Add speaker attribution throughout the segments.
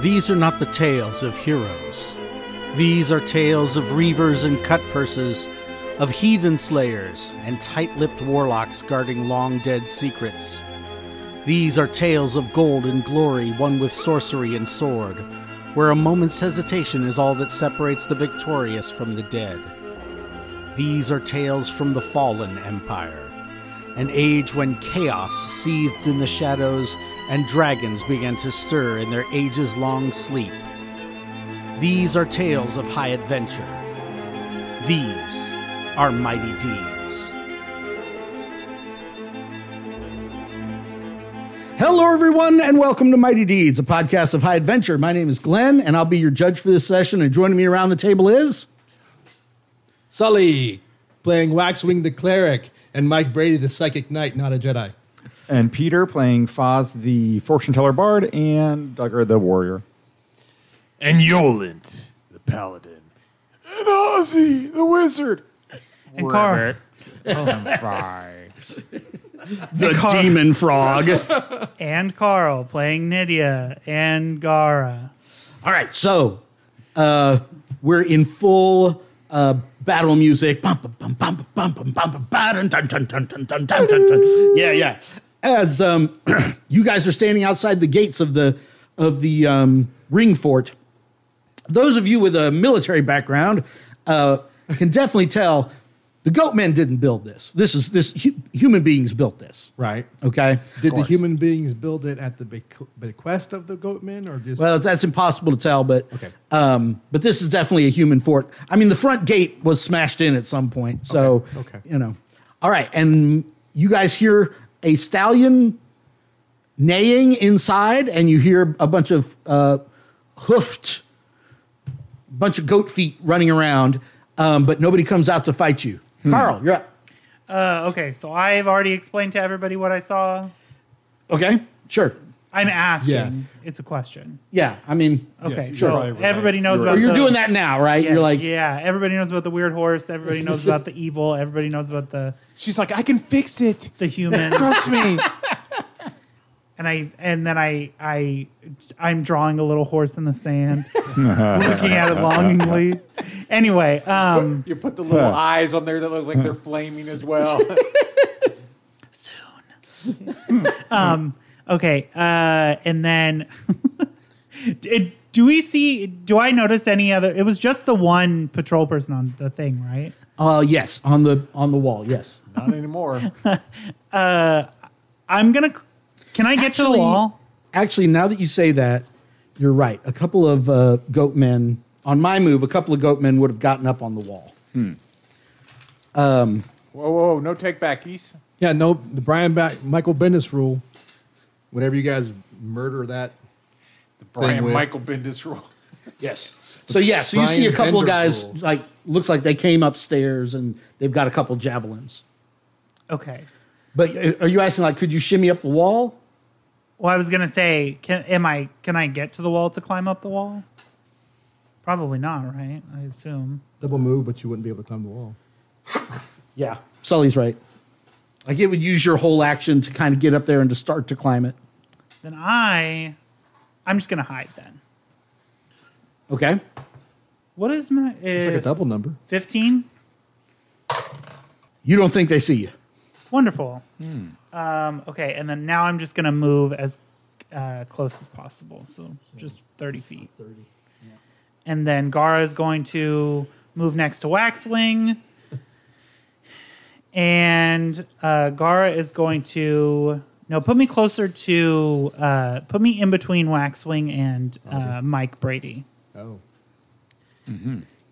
Speaker 1: These are not the tales of heroes. These are tales of reavers and cut purses, of heathen slayers and tight lipped warlocks guarding long dead secrets. These are tales of gold and glory won with sorcery and sword, where a moment's hesitation is all that separates the victorious from the dead. These are tales from the fallen empire, an age when chaos seethed in the shadows and dragons began to stir in their ages long sleep. These are tales of high adventure. These are mighty deeds.
Speaker 2: Hello, everyone, and welcome to Mighty Deeds, a podcast of high adventure. My name is Glenn, and I'll be your judge for this session. And joining me around the table is
Speaker 3: Sully playing Waxwing the Cleric and Mike Brady the Psychic Knight, not a Jedi.
Speaker 4: and Peter playing Foz the fortune teller bard and Duggar the warrior.
Speaker 5: and Yolent, the paladin, and Ozzy, the wizard.
Speaker 6: And Carl,
Speaker 2: the
Speaker 6: Carl.
Speaker 2: Demon Frog.
Speaker 6: and Carl playing Nydia and Gara.
Speaker 2: All right, so uh, we're in full uh, battle music. Bum, bum, bum, bum, bum, bum, bum, bum, ba, dun, dun, dun, dun, dun, dun, dun, dun, dun. Yeah, yeah. As um, you guys are standing outside the gates of the of the um, ring fort, those of you with a military background uh, can definitely tell the goat men didn't build this. This is this hu- human beings built this.
Speaker 3: Right.
Speaker 2: Okay.
Speaker 3: Did the human beings build it at the bequ- bequest of the goat men or just
Speaker 2: Well, that's impossible to tell, but
Speaker 3: Okay.
Speaker 2: um, but this is definitely a human fort. I mean, the front gate was smashed in at some point, so
Speaker 3: Okay, okay.
Speaker 2: you know. All right, and you guys hear a stallion neighing inside, and you hear a bunch of uh, hoofed, bunch of goat feet running around, um, but nobody comes out to fight you. Carl, you're up.
Speaker 6: Uh, okay, so I've already explained to everybody what I saw.
Speaker 2: Okay, sure.
Speaker 6: I'm asking.
Speaker 3: Yes.
Speaker 6: It's a question.
Speaker 2: Yeah, I mean,
Speaker 6: Okay,
Speaker 5: you're
Speaker 6: so
Speaker 5: probably right.
Speaker 6: everybody knows
Speaker 5: You're
Speaker 6: about.
Speaker 2: or you're
Speaker 6: the-
Speaker 2: doing that now, right?
Speaker 6: Yeah,
Speaker 2: you're like,
Speaker 6: yeah. Everybody knows about the weird horse. Everybody knows about the evil. Everybody knows about the
Speaker 5: She's like, I can fix it.
Speaker 6: the human.
Speaker 5: Trust me.
Speaker 6: and I and then I I I'm drawing a little horse in the sand, looking at it longingly. Anyway, um,
Speaker 5: you put the little eyes on there that look like they're flaming as well.
Speaker 6: Okay, uh, and then it, do we see? Do I notice any other? It was just the one patrol person on the thing, right?
Speaker 2: uh, yes, on the on the wall, yes.
Speaker 5: Not anymore.
Speaker 6: I'm gonna. Can I get to the
Speaker 2: Actually-
Speaker 6: wall?
Speaker 2: Actually, now that you say that, you're right. A couple of uh, goat men on my move, a couple of goat men would have gotten up on the wall.
Speaker 5: Whoa, whoa, whoa, no take backies.
Speaker 3: Yeah, no, the Brian back Michael Bendis rule. Whenever you guys murder that,
Speaker 5: The Brian
Speaker 3: with-
Speaker 5: Michael Bendis rule.
Speaker 2: Yes. So yeah, so you see a
Speaker 3: Brian
Speaker 2: couple of guys
Speaker 3: Vanderpool.
Speaker 2: like looks like they came upstairs and they've got a couple javelins.
Speaker 6: Okay.
Speaker 2: But uh, are you asking like, could you shimmy up the wall?
Speaker 6: Well, I was gonna say, can am I? Can I get to the wall to climb up the wall? Probably not, right? I assume.
Speaker 3: double move, but you wouldn't be able to climb the wall.
Speaker 2: Yeah, Sully's right. Like it would use your whole action to kind of get up there and to start to climb it.
Speaker 6: Then I, I'm just gonna hide. Then
Speaker 2: Okay.
Speaker 6: what is my?
Speaker 3: It's like a double number.
Speaker 6: Fifteen.
Speaker 2: You don't think they see you?
Speaker 6: Wonderful. Um, okay, and then now I'm just gonna move as uh, close as possible, so just 30 feet. 30. And then Gara is going to move next to Waxwing, and uh, Gara is going to no put me closer to uh, put me in between Waxwing and uh, Mike Brady
Speaker 3: Oh.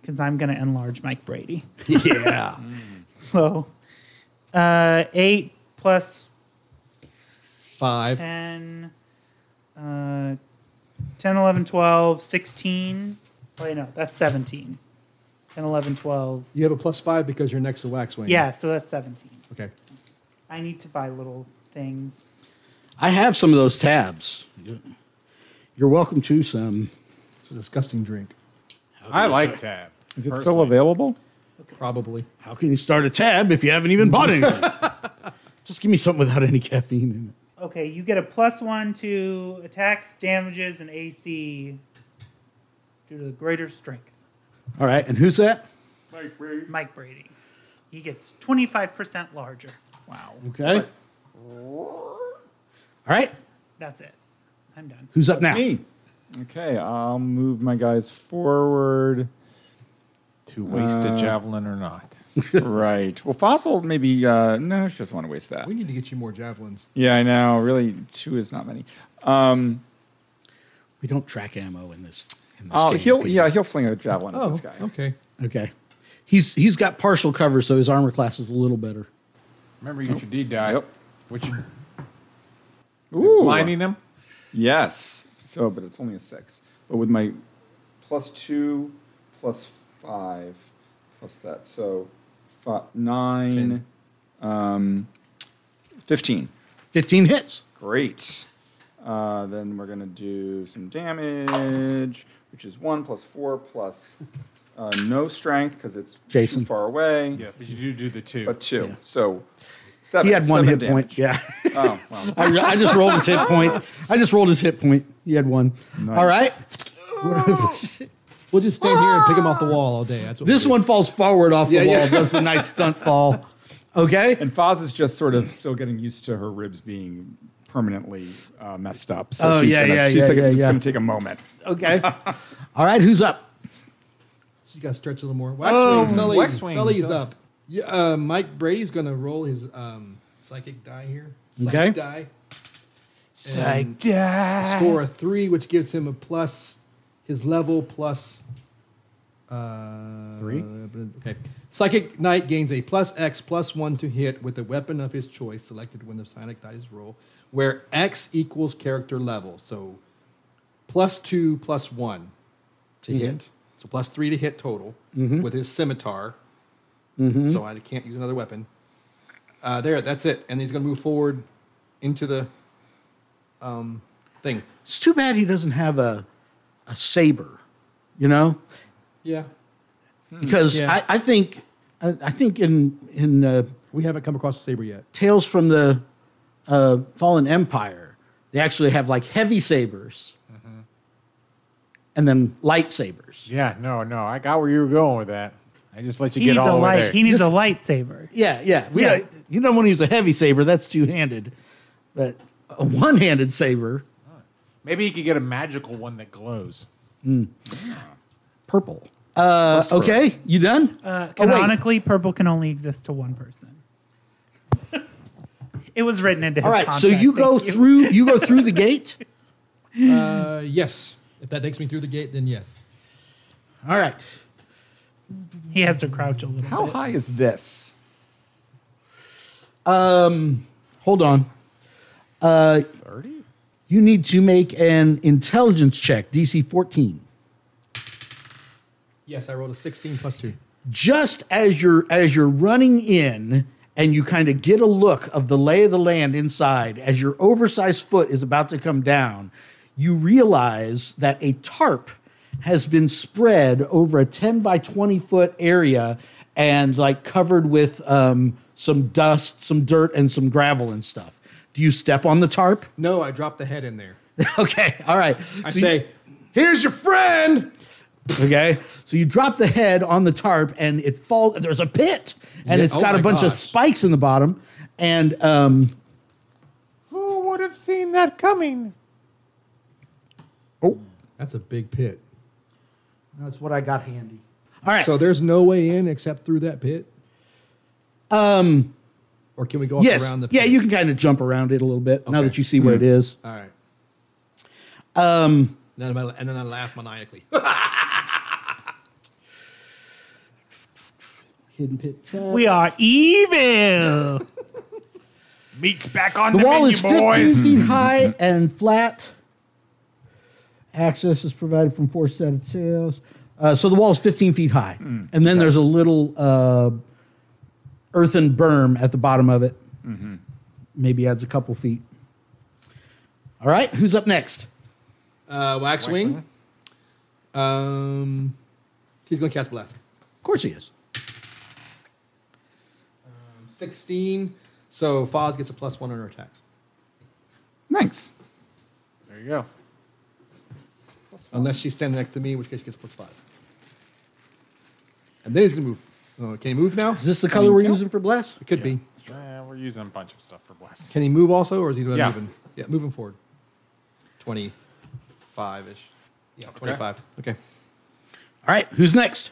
Speaker 6: because I'm gonna enlarge Mike Brady.
Speaker 2: Yeah.
Speaker 6: So uh, eight plus
Speaker 3: Five.
Speaker 6: 10, uh, 10, 11, 12, 16. Oh, Wait, no, that's 17. 10, 11, 12.
Speaker 3: You have a plus five because you're next to Waxwing.
Speaker 6: Yeah, so that's 17.
Speaker 3: Okay.
Speaker 6: I need to buy little things.
Speaker 2: I have some of those tabs. You're welcome to some.
Speaker 3: It's a disgusting drink.
Speaker 5: I like that.
Speaker 4: Is it still available?
Speaker 3: Probably.
Speaker 2: How can you start a tab if you haven't even bought anything? Just give me something without any caffeine in it.
Speaker 6: Okay, you get a plus one to attacks, damages, and AC due to the greater strength.
Speaker 2: All right, and who's that?
Speaker 6: Mike Brady. He gets 25% larger. Wow.
Speaker 2: Okay. All right,
Speaker 6: That's it. I'm done.
Speaker 2: who's up now?
Speaker 4: Me. Okay, I'll move my guys forward.
Speaker 5: To waste a javelin or not.
Speaker 4: right. Well, fossil maybe. Uh, no, she doesn't want to waste that.
Speaker 3: We need to get you more javelins.
Speaker 4: Yeah, I know. Really, two is not many. Um,
Speaker 2: We don't track ammo in this. In this
Speaker 4: I'll-
Speaker 2: game,
Speaker 4: Oh, Uh, he'll
Speaker 2: Peter.
Speaker 4: yeah he'll fling a javelin at
Speaker 3: Oh,
Speaker 4: this guy.
Speaker 3: okay.
Speaker 2: Okay. He's he's got partial cover, so his armor class is a little better.
Speaker 5: Remember, you get your D die.
Speaker 4: Yep.
Speaker 5: What you
Speaker 4: Ooh.
Speaker 5: blinding him?
Speaker 4: Yes. So, but it's only a six. But with my plus two, plus five, plus that, so fi- nine, um, fifteen.
Speaker 2: Fifteen hits.
Speaker 4: Great. Uh, then we're gonna do some damage, which is one plus four plus uh, no strength because it's too
Speaker 2: Jason.
Speaker 4: far away.
Speaker 5: Yeah, but you do do the two.
Speaker 4: But two, so seven.
Speaker 2: He had one
Speaker 4: seven
Speaker 2: hit point.
Speaker 4: damage.
Speaker 2: Yeah.
Speaker 4: Oh, well,
Speaker 2: I, I just rolled his hit point. I just rolled his hit point. He had one. All right.
Speaker 3: We'll just stand here and pick them off the wall all day. That's what
Speaker 2: This
Speaker 3: we'll
Speaker 2: one falls forward off the
Speaker 4: Yeah,
Speaker 2: wall.
Speaker 4: yeah.
Speaker 2: Does a nice stunt fall. Okay.
Speaker 4: And Foz is just sort of still getting used to her ribs being permanently uh, messed up. So
Speaker 2: Oh,
Speaker 4: she's
Speaker 2: yeah,
Speaker 4: gonna,
Speaker 2: yeah,
Speaker 4: she's
Speaker 2: yeah,
Speaker 4: taking-
Speaker 2: yeah,
Speaker 4: it's
Speaker 2: yeah.
Speaker 4: going to take a moment.
Speaker 2: Okay. All right. Who's up?
Speaker 3: do. You got to stretch a little more. Waxwing. Sully,
Speaker 5: Waxwing.
Speaker 3: Sully's up. Yeah, uh, Mike Brady's going to roll his um, psychic die here. Psychic
Speaker 2: Okay.
Speaker 3: die.
Speaker 5: Psych
Speaker 3: Score a three, which gives him a plus his level plus. Uh,
Speaker 5: Three?
Speaker 3: Okay. Psychic Knight gains a plus X plus one to hit with a weapon of his choice selected when the Psychic die is rolled, where X equals character level. So plus two, plus one to hit. So plus three to hit total with his scimitar.
Speaker 2: Mm-hmm.
Speaker 3: So I can't use another weapon. Uh, there, that's it. And he's going to move forward into the um, thing.
Speaker 2: It's too bad he doesn't have a a saber. You know,
Speaker 3: Yeah.
Speaker 2: because
Speaker 3: Yeah.
Speaker 2: I, I think I, I think in in uh,
Speaker 3: We haven't come across a saber yet.
Speaker 2: Tales from the uh, Fallen Empire, they actually have like heavy sabers and then lightsabers.
Speaker 5: Yeah, no, no. I got where you were going with that. I just let you
Speaker 6: He
Speaker 5: get
Speaker 6: needs a
Speaker 5: all the way
Speaker 6: light.
Speaker 5: there.
Speaker 6: He needs a
Speaker 2: Just-
Speaker 6: lightsaber.
Speaker 2: Yeah, yeah. We
Speaker 6: Yeah.
Speaker 2: Don't, you don't want to use a heavy saber, that's two handed. But a one handed saber,
Speaker 5: Maybe you could get a magical one that glows.
Speaker 2: purple. Uh, okay, you done?
Speaker 6: Uh,
Speaker 2: Oh, wait.
Speaker 6: canonically, purple can only exist to one person. it was written into his
Speaker 2: All right, so
Speaker 6: contract.
Speaker 2: you go
Speaker 6: Thank you.
Speaker 2: through you go through the gate.
Speaker 3: Uh, yes. If that takes me through the gate, then yes.
Speaker 2: All right.
Speaker 6: He has to crouch a little.
Speaker 2: Oh.
Speaker 4: How
Speaker 6: bit.
Speaker 4: high is this?
Speaker 2: Hold on. Uh, You need to make an intelligence check, DC 14.
Speaker 3: Yes, I rolled a 16 plus 2.
Speaker 2: just as you're as you're running in and you kind of get a look of the lay of the land inside as your oversized foot is about to come down you realize that a tarp has been spread over a 10 by 20 foot area and like covered with um, some dust some dirt and some gravel and stuff do you step on the tarp
Speaker 3: No, I dropped the head in there.
Speaker 2: okay all right
Speaker 3: I
Speaker 2: So you-
Speaker 3: say, here's your friend.
Speaker 2: Okay. So you drop the head on the tarp and it falls. There's a pit and
Speaker 3: Yeah.
Speaker 2: it's
Speaker 3: Oh
Speaker 2: got a
Speaker 3: my
Speaker 2: bunch of
Speaker 3: gosh.
Speaker 2: spikes in the bottom. And um,
Speaker 5: Who would have seen that coming?
Speaker 3: That's a big pit.
Speaker 2: that's what I got handy. All right.
Speaker 3: So
Speaker 2: So
Speaker 3: there's no way in except through that pit? Um, Or can we go up
Speaker 2: yes.
Speaker 3: around the pit?
Speaker 2: Yeah, you can kind of jump around it a little bit now
Speaker 3: Okay.
Speaker 2: that you see where it is.
Speaker 3: All right. Um,
Speaker 2: Um,
Speaker 3: and, then I, and then I laugh maniacally.
Speaker 2: Hidden pit trap.
Speaker 6: We are evil.
Speaker 5: Meat's back on
Speaker 2: the
Speaker 5: the,
Speaker 2: wall
Speaker 5: menu,
Speaker 2: is 15
Speaker 5: boys.
Speaker 2: feet high and flat. Access is provided from four sided sails. Uh, so the wall is 15 feet high. and then there's a little uh, earthen berm at the bottom of it. Maybe adds a couple feet. All right, who's up next?
Speaker 3: Uh, Waxwing. Um, he's going to cast Blast.
Speaker 2: Of course he is.
Speaker 3: 16. So Foz gets a plus one on her attacks.
Speaker 4: Thanks.
Speaker 5: There you go.
Speaker 3: Unless she's standing next to me, in which case she gets plus five. And then he's going to move. Oh, can he move now?
Speaker 2: Is this the color we're using for blast?
Speaker 3: It could be.
Speaker 5: Yeah, we're using a bunch of stuff for blast.
Speaker 3: Can he move also, or is he doing
Speaker 5: Yeah.
Speaker 3: moving? Yeah, moving forward. 25 ish. Yeah, 25. Okay.
Speaker 2: All right, who's next?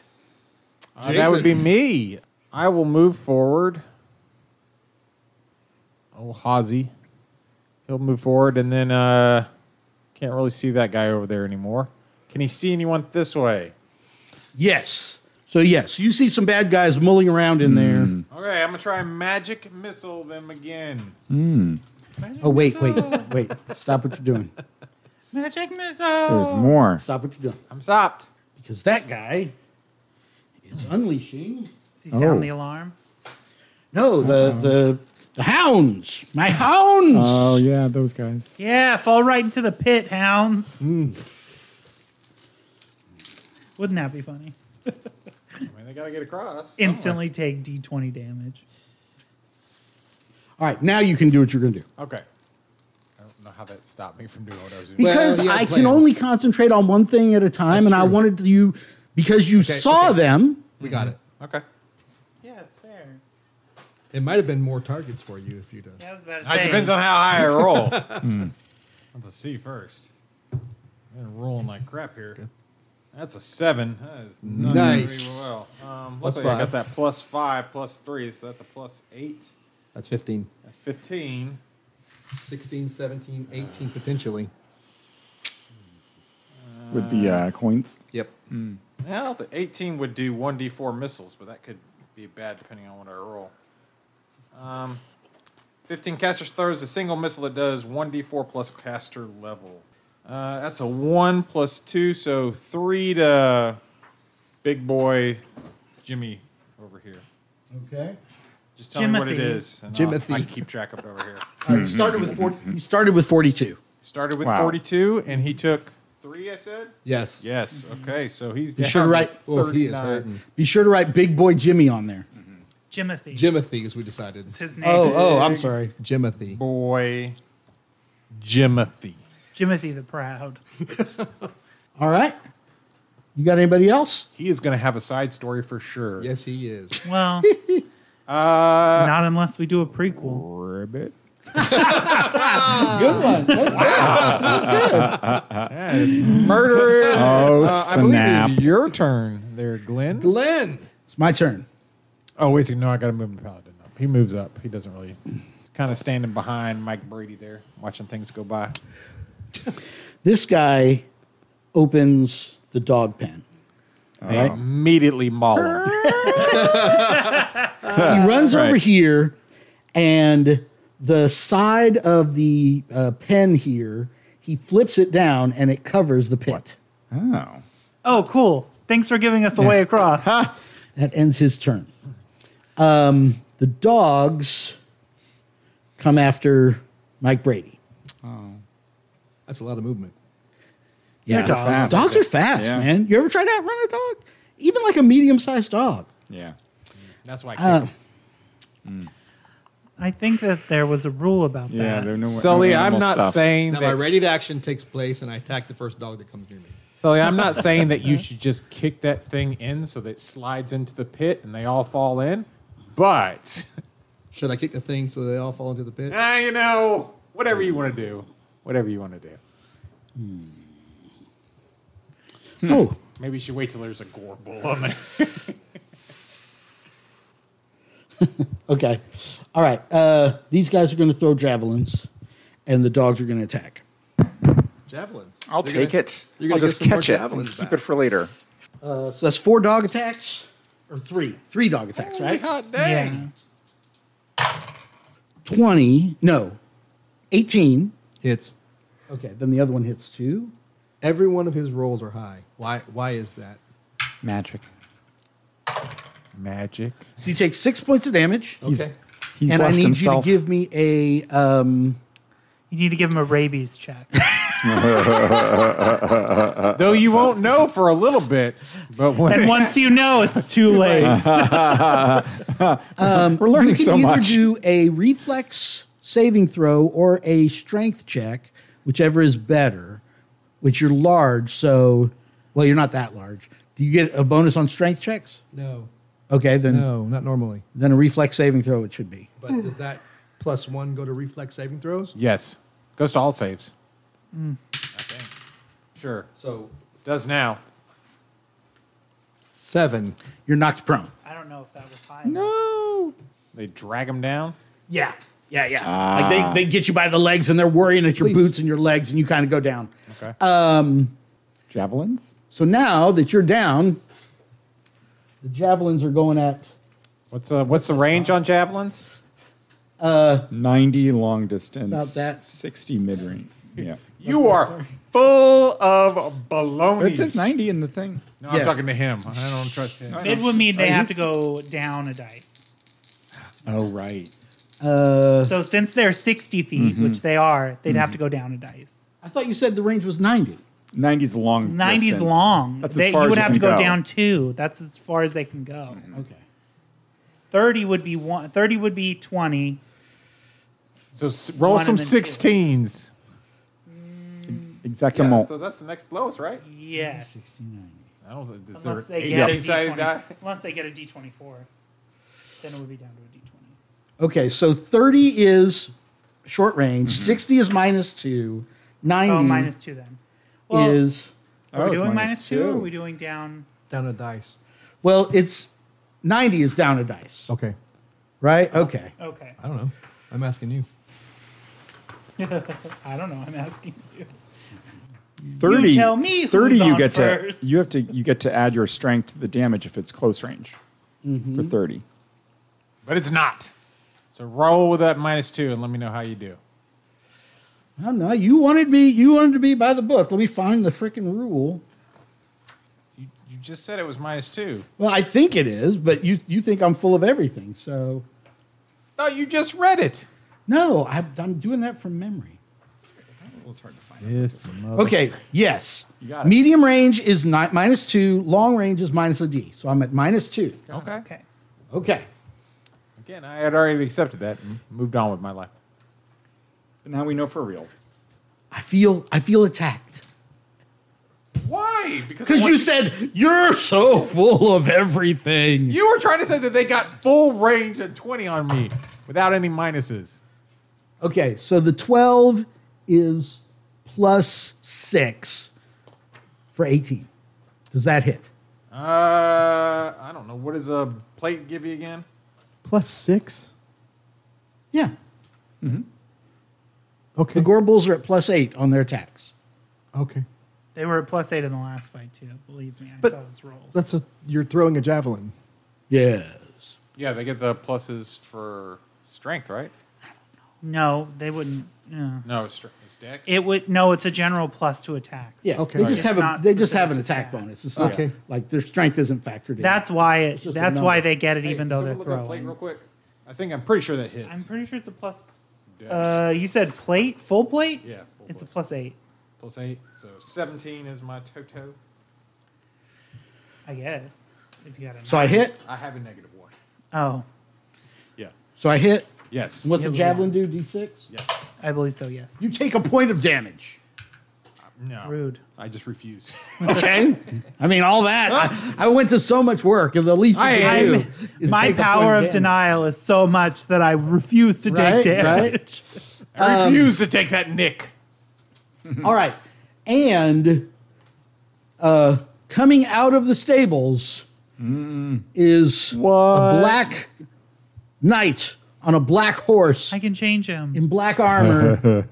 Speaker 5: Uh, that would be me. I will move forward. Oh, Hazy. He'll move forward, and then uh, can't really see that guy over there anymore. Can he see anyone this way?
Speaker 2: Yes. So yes, you see some bad guys mulling around in there.
Speaker 5: Okay, I'm gonna try magic missile them again.
Speaker 2: Oh wait, wait, wait! Stop what you're doing.
Speaker 6: Magic missile.
Speaker 4: There's
Speaker 2: Oh.
Speaker 4: more.
Speaker 2: Stop what you're doing.
Speaker 5: I'm stopped.
Speaker 2: Because that guy is unleashing.
Speaker 6: Does he
Speaker 4: Oh.
Speaker 6: sound the alarm?
Speaker 2: No, the the Uh, the hounds. My hounds.
Speaker 4: Oh yeah, those guys.
Speaker 6: Yeah, fall right into the pit, hounds.
Speaker 2: Hmm.
Speaker 6: Wouldn't that be funny?
Speaker 5: I mean, they gotta get across.
Speaker 6: Instantly take d20 damage.
Speaker 2: All right, now you can do what you're going to do.
Speaker 5: Okay. I don't know how that stopped me from doing what I was doing.
Speaker 2: Because
Speaker 3: you have
Speaker 2: I can
Speaker 3: plans.
Speaker 2: only concentrate on one thing at a time, and I wanted you because you saw
Speaker 3: okay.
Speaker 2: them.
Speaker 3: We got it.
Speaker 5: Okay.
Speaker 6: Yeah, it's fair.
Speaker 3: It might have been more targets for you if you'd have.
Speaker 6: That was about to
Speaker 5: It depends on how high I roll.
Speaker 3: Hmm.
Speaker 5: Let's see first. I've been rolling like crap here. That's a seven. That is not
Speaker 3: Nice.
Speaker 5: very Well, um,
Speaker 3: Plus
Speaker 5: luckily I
Speaker 3: five.
Speaker 5: got that plus five, plus three, so that's a plus eight.
Speaker 3: That's 15.
Speaker 5: That's fifteen.
Speaker 3: 16, 17,
Speaker 2: Uh,
Speaker 3: 18 potentially.
Speaker 4: Would be uh, coins.
Speaker 3: Yep.
Speaker 5: Well, the eighteen would do one d four missiles, but that could be bad depending on what I roll. Um, fifteen casters throws a single missile that does one d four plus caster level. Uh, that's a one plus two, so three to big boy Jimmy over here.
Speaker 2: Okay.
Speaker 5: Just tell me what it
Speaker 6: Jimothy.
Speaker 5: is. and I'll-
Speaker 3: Jimothy.
Speaker 5: I can keep track of it over here.
Speaker 2: All right, he started with 40, he started with 42.
Speaker 5: Started with
Speaker 4: Wow.
Speaker 5: forty-two, and he took three. I said.
Speaker 3: Yes.
Speaker 5: Yes. Okay. So he's
Speaker 2: You
Speaker 5: down
Speaker 2: should
Speaker 5: to
Speaker 2: write-
Speaker 3: Oh, he is
Speaker 5: 39.
Speaker 3: hurting.
Speaker 2: Be sure to write Big Boy Jimmy on there.
Speaker 6: Jimothy.
Speaker 3: Jimothy, as we decided.
Speaker 6: It's his name.
Speaker 2: Oh, oh, I'm sorry.
Speaker 3: Jimothy.
Speaker 5: boy Jimothy.
Speaker 6: Jimothy the Proud.
Speaker 2: All right. You got anybody else?
Speaker 5: He is going to have a side story for sure.
Speaker 3: Yes, he is.
Speaker 6: Well,
Speaker 5: Uh,
Speaker 6: not unless we do a prequel.
Speaker 5: ribbit.
Speaker 2: Good one. That's
Speaker 5: Murderer. Uh,
Speaker 4: Oh
Speaker 5: I believe
Speaker 4: snap!
Speaker 5: it's your turn there, Glenn.
Speaker 3: Glenn!
Speaker 2: It's my turn.
Speaker 5: Oh, wait a second. No, I got to move the paladin up. He moves up. He doesn't really. Kind of standing behind Mike Brady there, watching things go by.
Speaker 2: This guy opens the dog pen. All right.
Speaker 5: Immediately maul him.
Speaker 2: he runs over
Speaker 4: Ah, Right.
Speaker 2: here, and the side of the uh, pen here, he flips it down, and it covers the pit.
Speaker 4: Oh,
Speaker 6: Oh, cool. Thanks for giving us a way across.
Speaker 2: That ends his turn. Um, the dogs come after Mike Brady.
Speaker 3: That's a lot of movement.
Speaker 2: Yeah,
Speaker 6: They're
Speaker 4: fast.
Speaker 6: dogs.
Speaker 2: dogs are fast,
Speaker 4: Yeah.
Speaker 2: man. You ever tried to outrun a dog? Even like a medium-sized dog.
Speaker 4: yeah.
Speaker 5: That's why I
Speaker 2: Uh,
Speaker 6: I think that there was a rule about
Speaker 4: Yeah,
Speaker 6: that.
Speaker 4: they're no
Speaker 5: Sully,
Speaker 4: no
Speaker 5: I'm
Speaker 4: animal
Speaker 5: not
Speaker 4: stuff.
Speaker 5: saying
Speaker 3: Now,
Speaker 5: that
Speaker 3: my ready to action takes place, and I attack the first dog that comes near me.
Speaker 5: Sully, I'm not saying that you should just kick that thing in so that it slides into the pit and they all fall in. But
Speaker 3: Should I kick the thing so they all fall into the pit?
Speaker 5: Ah, you know, whatever you want to do, whatever you want to do.
Speaker 4: Hmm.
Speaker 2: Oh,
Speaker 5: Maybe you should wait till there's a gore bull on there.
Speaker 2: okay. All right. Uh, these guys are going to throw javelins, and the dogs are going to attack.
Speaker 3: Javelins.
Speaker 4: I'll
Speaker 3: You're
Speaker 4: take
Speaker 3: gonna-
Speaker 4: it.
Speaker 3: You're
Speaker 4: I'll
Speaker 3: gonna
Speaker 4: just
Speaker 3: get some more
Speaker 4: catch it and
Speaker 3: javelins
Speaker 4: keep
Speaker 3: back.
Speaker 4: it for later.
Speaker 2: Uh, so that's four dog attacks, or three, three dog attacks, right?
Speaker 5: Hot
Speaker 6: yeah.
Speaker 2: 20, no, 18.
Speaker 3: Hits.
Speaker 2: Okay, then the other one hits two.
Speaker 3: Every one of his rolls are high. Why? Why is that?
Speaker 4: Magic.
Speaker 5: Magic.
Speaker 2: So you take six points of damage.
Speaker 3: Okay.
Speaker 4: He
Speaker 2: and I
Speaker 4: blessed
Speaker 2: need
Speaker 4: himself.
Speaker 2: you to give me a. Um,
Speaker 6: You need to give him a rabies check.
Speaker 5: Though you won't know for a little bit, but when
Speaker 6: and once you know, it's too late.
Speaker 4: We're learning
Speaker 2: you can
Speaker 4: so
Speaker 2: either
Speaker 4: much.
Speaker 2: do a reflex saving throw or a strength check, whichever is better, which you're large. So, well, you're not that large. Do you get a bonus on strength checks?
Speaker 3: No.
Speaker 2: Okay, then
Speaker 3: No, not normally.
Speaker 2: then a reflex saving throw it should be.
Speaker 3: But does that plus one go to reflex saving throws?
Speaker 5: Yes. Goes to all saves. Hmm. I think. Sure.
Speaker 3: So
Speaker 5: Does now.
Speaker 3: seven.
Speaker 2: You're knocked prone.
Speaker 6: I don't know if that was high. No.
Speaker 5: They drag him down.
Speaker 2: Yeah. Yeah, yeah. Like they, they get you by the legs and they're worrying at your
Speaker 3: Please.
Speaker 2: boots and your legs and you kind of go down.
Speaker 5: Okay.
Speaker 4: Javelins?
Speaker 2: So now that you're down, the javelins are going at
Speaker 5: what's uh, what's the range on javelins?
Speaker 4: 90 long distance.
Speaker 2: About that.
Speaker 4: 60 mid range. Yeah.
Speaker 5: You are full of baloney.
Speaker 4: But it says 90 in the thing.
Speaker 5: No,
Speaker 2: Yeah.
Speaker 5: I'm talking to him. I don't trust him.
Speaker 6: It would mean they have to go down a dice.
Speaker 4: Oh, right.
Speaker 6: So since they're 60 feet, which they are, they'd have to go down a dice.
Speaker 2: I thought you said the range was 90.
Speaker 4: 90's long.
Speaker 6: 90's
Speaker 4: distance.
Speaker 6: long.
Speaker 4: That's
Speaker 6: They-
Speaker 4: as far
Speaker 6: you would
Speaker 4: as
Speaker 6: have to
Speaker 4: can
Speaker 6: go, down two. That's as far as they can go.
Speaker 2: Okay.
Speaker 6: 30 would be one. 30 would be 20.
Speaker 5: So s- roll
Speaker 6: One
Speaker 5: some
Speaker 6: and then two.
Speaker 5: 16s.
Speaker 4: Exactement.
Speaker 5: so that's the next lowest, right?
Speaker 6: Yes.
Speaker 5: I don't think is there
Speaker 6: Unless they, get a
Speaker 5: 18 sided
Speaker 6: D20,
Speaker 5: die.
Speaker 6: unless they get a D24. Then it would be down to a D20.
Speaker 2: Okay, so 30 is short range,
Speaker 4: Mm-hmm.
Speaker 2: 60 is minus 2, 90
Speaker 6: Oh, minus two then. Well,
Speaker 2: is
Speaker 4: Oh,
Speaker 6: are we
Speaker 4: it's
Speaker 6: doing
Speaker 4: minus
Speaker 6: minus two? Or are
Speaker 4: two.
Speaker 6: we doing down?
Speaker 3: Down a dice.
Speaker 2: well, it's 90 is down a dice,
Speaker 3: Okay.
Speaker 2: right? Okay.
Speaker 6: Okay.
Speaker 3: I don't know. I'm asking you.
Speaker 6: I don't know. I'm asking you.
Speaker 4: 30
Speaker 6: You tell me who's
Speaker 4: 30 you
Speaker 6: on
Speaker 4: get
Speaker 6: first.
Speaker 4: to you have to you get to add your strength to the damage if it's close range
Speaker 6: Mm-hmm.
Speaker 4: for 30
Speaker 5: But it's not. So roll with that minus two and let me know how you do.
Speaker 2: Oh no, you wanted me you wanted to be by the book. Let me find the freaking rule.
Speaker 5: You, you just said it was minus two.
Speaker 2: Well, I think it is, but you you think I'm full of everything. So,
Speaker 5: No, you just read it.
Speaker 2: no, I, I'm doing that from memory.
Speaker 5: Yes.
Speaker 2: Okay, yes.
Speaker 4: Oh. got it.
Speaker 2: Medium range is ni- minus 2, long range is minus a D. So I'm at minus 2.
Speaker 5: Okay.
Speaker 6: Okay.
Speaker 2: Okay.
Speaker 5: Again, I had already accepted that and moved on with my life.
Speaker 4: but now we know for reals
Speaker 2: I feel I feel attacked.
Speaker 5: Why? Because
Speaker 2: Cuz you said you're so full of everything.
Speaker 5: you were trying to say that they got full range and 20 on me without any minuses.
Speaker 2: Okay, so the 12 is plus 6 for 18. Does that hit?
Speaker 5: Uh, I don't know. What does a plate give you again?
Speaker 3: Plus six.
Speaker 2: Yeah.
Speaker 3: Okay.
Speaker 2: Mm-hmm. The Gore Bulls are at plus 8 on their attacks.
Speaker 3: okay.
Speaker 6: They were at plus eight in the last fight too. Believe me, I
Speaker 3: But-
Speaker 6: saw his rolls.
Speaker 3: That's a. You're throwing a javelin.
Speaker 2: Yes.
Speaker 5: Yeah, they get the pluses for strength, right?
Speaker 6: No, they wouldn't. No.
Speaker 5: No, it's strength. It's dex.
Speaker 6: It would. No, it's a general plus to attacks.
Speaker 2: Yeah.
Speaker 3: Okay.
Speaker 2: They just
Speaker 3: It's
Speaker 2: have a
Speaker 6: not
Speaker 2: they just have an
Speaker 6: specific to
Speaker 2: attack
Speaker 6: that.
Speaker 2: bonus. It's not,
Speaker 3: Okay.
Speaker 2: like their strength isn't factored in.
Speaker 6: That's why. It,
Speaker 2: just a
Speaker 6: that's why
Speaker 2: number.
Speaker 6: they get it,
Speaker 5: Hey,
Speaker 6: even though
Speaker 5: took a
Speaker 6: they're
Speaker 5: look at that plate
Speaker 6: throwing.
Speaker 5: real quick. I think I'm pretty sure that hits.
Speaker 6: I'm pretty sure it's a plus.
Speaker 5: Dex.
Speaker 6: Uh, you said plate, full plate.
Speaker 5: Yeah, full
Speaker 6: it's a
Speaker 5: plate.
Speaker 6: plus eight.
Speaker 5: Plus eight, so 17 is my toto.
Speaker 6: I guess if you had a.
Speaker 2: so I hit.
Speaker 5: I have a negative one.
Speaker 6: oh,
Speaker 5: Yeah.
Speaker 2: So I hit.
Speaker 5: Yes.
Speaker 2: What's
Speaker 6: Yeah,
Speaker 2: the
Speaker 6: we
Speaker 2: javelin do? D six.
Speaker 5: Yes.
Speaker 6: I believe so. Yes.
Speaker 2: You take a point of damage.
Speaker 5: No.
Speaker 6: Rude.
Speaker 5: I just refuse.
Speaker 2: Okay. I mean, all that. I, I went to so much work, and the least you
Speaker 5: I
Speaker 2: can
Speaker 6: am-
Speaker 2: do is
Speaker 6: My
Speaker 2: take a point
Speaker 6: power of
Speaker 2: damage.
Speaker 6: denial is so much that I refuse to take
Speaker 2: Right,
Speaker 6: damage.
Speaker 2: right.
Speaker 5: I refuse to take that nick.
Speaker 2: All right, and uh, coming out of the stables is a black knight on a black horse.
Speaker 6: I can change him.
Speaker 2: in black armor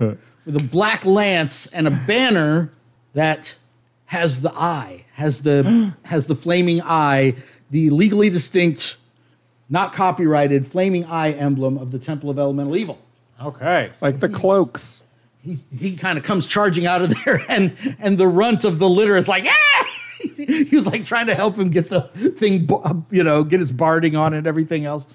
Speaker 2: with a black lance and a banner that has the eye, has the has the flaming eye, the legally distinct, not copyrighted flaming eye emblem of the Temple of Elemental Evil.
Speaker 5: Okay.
Speaker 4: like the cloaks
Speaker 2: He, he kind of comes charging out of there, and and the runt of the litter is like, ah! He was like trying to help him get the thing, bo- you know, get his barding on and everything else.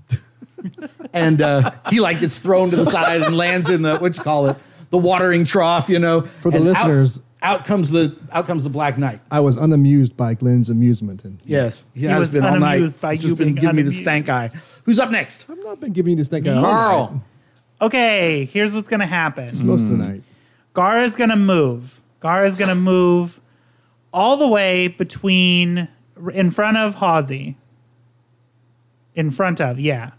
Speaker 2: and uh, he like gets thrown to the side and lands in the what you call it, the watering trough, you know.
Speaker 3: For the
Speaker 2: And out-
Speaker 3: listeners-
Speaker 2: out, comes the out comes the Black Knight.
Speaker 3: I was unamused by Glenn's amusement, and
Speaker 2: Yes, he, has
Speaker 6: was
Speaker 2: been all night.
Speaker 6: unamused by
Speaker 2: He's
Speaker 6: you
Speaker 2: just been
Speaker 6: being
Speaker 2: giving me the
Speaker 6: unamused.
Speaker 2: stank eye. Who's up next?
Speaker 3: I've not been giving you this thing.
Speaker 2: Carl.
Speaker 6: okay, here's what's gonna happen.
Speaker 3: Most of the night.
Speaker 6: Gara's gonna move. Gara's gonna move all the way between in front of Hawsey. In front of, yeah.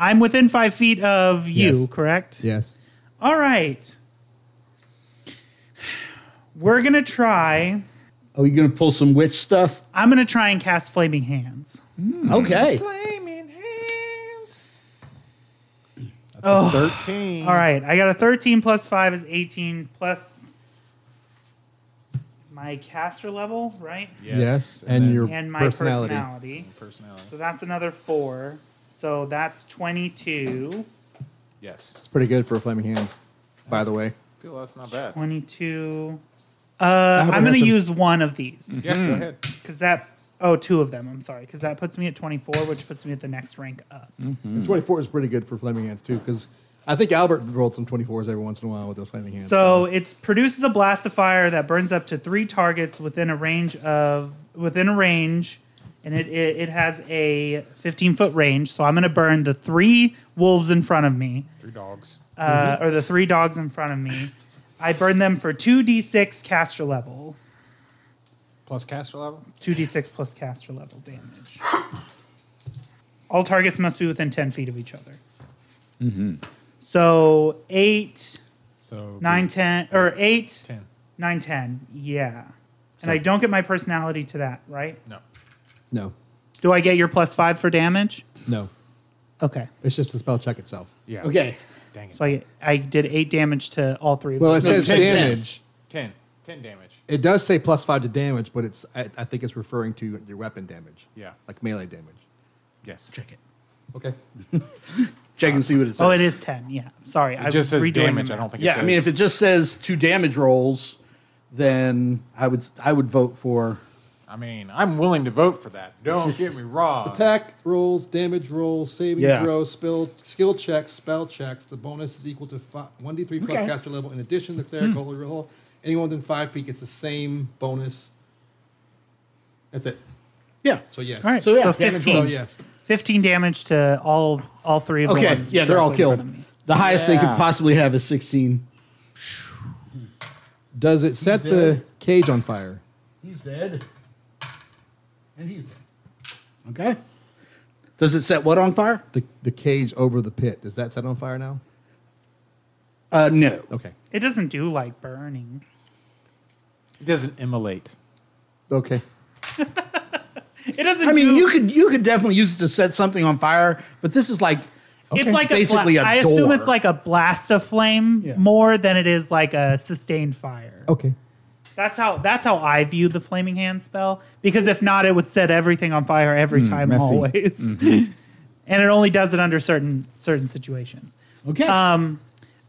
Speaker 6: I'm within five feet of you,
Speaker 3: Yes.
Speaker 6: correct?
Speaker 3: Yes.
Speaker 6: All right. We're gonna try.
Speaker 2: Oh, you gonna pull some witch stuff?
Speaker 6: I'm gonna try and cast flaming hands.
Speaker 2: Hmm. Okay.
Speaker 5: Flaming hands. That's
Speaker 6: Oh.
Speaker 5: a 13.
Speaker 6: All right, I got a 13 plus 5 is 18 plus my caster level, right?
Speaker 3: Yes. And
Speaker 5: then
Speaker 3: your
Speaker 6: And my
Speaker 3: personality.
Speaker 6: personality.
Speaker 5: personality.
Speaker 6: So that's another 4. So that's 22.
Speaker 5: Yes.
Speaker 3: It's pretty good for flaming hands, by the way.
Speaker 5: I feel that's not bad.
Speaker 6: 22. Uh,
Speaker 3: one
Speaker 6: I'm going
Speaker 3: has
Speaker 6: to
Speaker 3: some-
Speaker 6: use one of these
Speaker 5: Mm-hmm. Yeah, go ahead.
Speaker 6: because that, oh, two of them, I'm sorry, because that puts me at 24, which puts me at the next rank up.
Speaker 3: And 24 is pretty good for flaming hands, too, because I think Albert rolled some 24s every once in a while with those flaming hands.
Speaker 6: So it produces a blast of fire that burns up to three targets within a range of within a range, and it it, it has a 15 foot range. So I'm going to burn the three wolves in front of me,
Speaker 5: Three dogs.
Speaker 6: uh, or the three dogs in front of me. I burn them for two d6 caster level,
Speaker 5: Plus caster level?
Speaker 6: two d6 plus caster level damage. All targets must be within 10 feet of each other. So eight,
Speaker 5: So
Speaker 6: nine, ten, or eight.
Speaker 5: 10.
Speaker 6: Nine ten, yeah. And
Speaker 5: So-
Speaker 6: I don't get my personality to that, right?
Speaker 5: No.
Speaker 3: no,
Speaker 6: Do I get your plus five for damage?
Speaker 3: no.
Speaker 6: Okay,
Speaker 3: It's just the spell check itself.
Speaker 5: Yeah.
Speaker 2: Okay.
Speaker 5: Dang it.
Speaker 6: so I I did eight damage to all three. Of
Speaker 3: Well, it
Speaker 6: them.
Speaker 3: says
Speaker 2: 10, 10.
Speaker 3: damage.
Speaker 5: 10. 10 damage.
Speaker 3: It does say plus five to damage, but it's I, I think it's referring to your weapon damage.
Speaker 5: Yeah.
Speaker 3: Like melee damage.
Speaker 5: Yes.
Speaker 2: Check it.
Speaker 3: Okay.
Speaker 2: Check and see what it says.
Speaker 6: oh, it is ten. Yeah, sorry, I
Speaker 5: It just
Speaker 6: was
Speaker 5: says
Speaker 6: redoing the
Speaker 5: damage. I
Speaker 6: math.
Speaker 5: don't think it
Speaker 2: Yeah,
Speaker 5: says.
Speaker 2: I mean, if it just says two damage rolls, then I would I would vote for.
Speaker 5: I mean, I'm willing to vote for that. Don't get me wrong.
Speaker 3: Attack rolls, damage rolls, saving
Speaker 2: Yeah.
Speaker 3: throws, spill, skill checks, spell checks. The bonus is equal to fi- 1d3 plus
Speaker 2: Okay.
Speaker 3: caster level. In addition, the cleric
Speaker 6: Hmm.
Speaker 3: holy roll. Anyone within 5 feet gets the same bonus. That's it.
Speaker 2: Yeah.
Speaker 3: So, yes.
Speaker 6: All right,
Speaker 2: So,
Speaker 6: so,
Speaker 2: yeah, damage
Speaker 6: fifteen.
Speaker 3: So, yes.
Speaker 6: Fifteen damage to all all three of the
Speaker 2: Okay.
Speaker 6: ones.
Speaker 2: Yeah, they're all
Speaker 6: directly in
Speaker 2: killed.
Speaker 6: front of me.
Speaker 2: The highest they could
Speaker 5: Yeah.
Speaker 2: possibly have is sixteen.
Speaker 3: Does it set the cage on fire?
Speaker 2: He's dead. And he's dead. Okay. Does it set what on fire?
Speaker 3: The, the cage over the pit. Does that set on fire now?
Speaker 2: Uh, no.
Speaker 3: Okay.
Speaker 6: It doesn't do like burning.
Speaker 5: It doesn't immolate.
Speaker 3: Okay.
Speaker 6: It doesn't.
Speaker 2: I mean,
Speaker 6: do,
Speaker 2: you could you could definitely use it to set something on fire, but this is like
Speaker 6: It's like
Speaker 2: basically
Speaker 6: a.
Speaker 2: a
Speaker 6: Bla- I assume
Speaker 2: door.
Speaker 6: it's like a blast of flame
Speaker 2: Yeah.
Speaker 6: more than it is like a sustained fire.
Speaker 3: Okay.
Speaker 6: That's how that's how I view the flaming hand spell. Because if not, it would set everything on fire every time,
Speaker 4: messy.
Speaker 6: always. and it only does it under certain certain situations.
Speaker 2: okay.
Speaker 6: Um,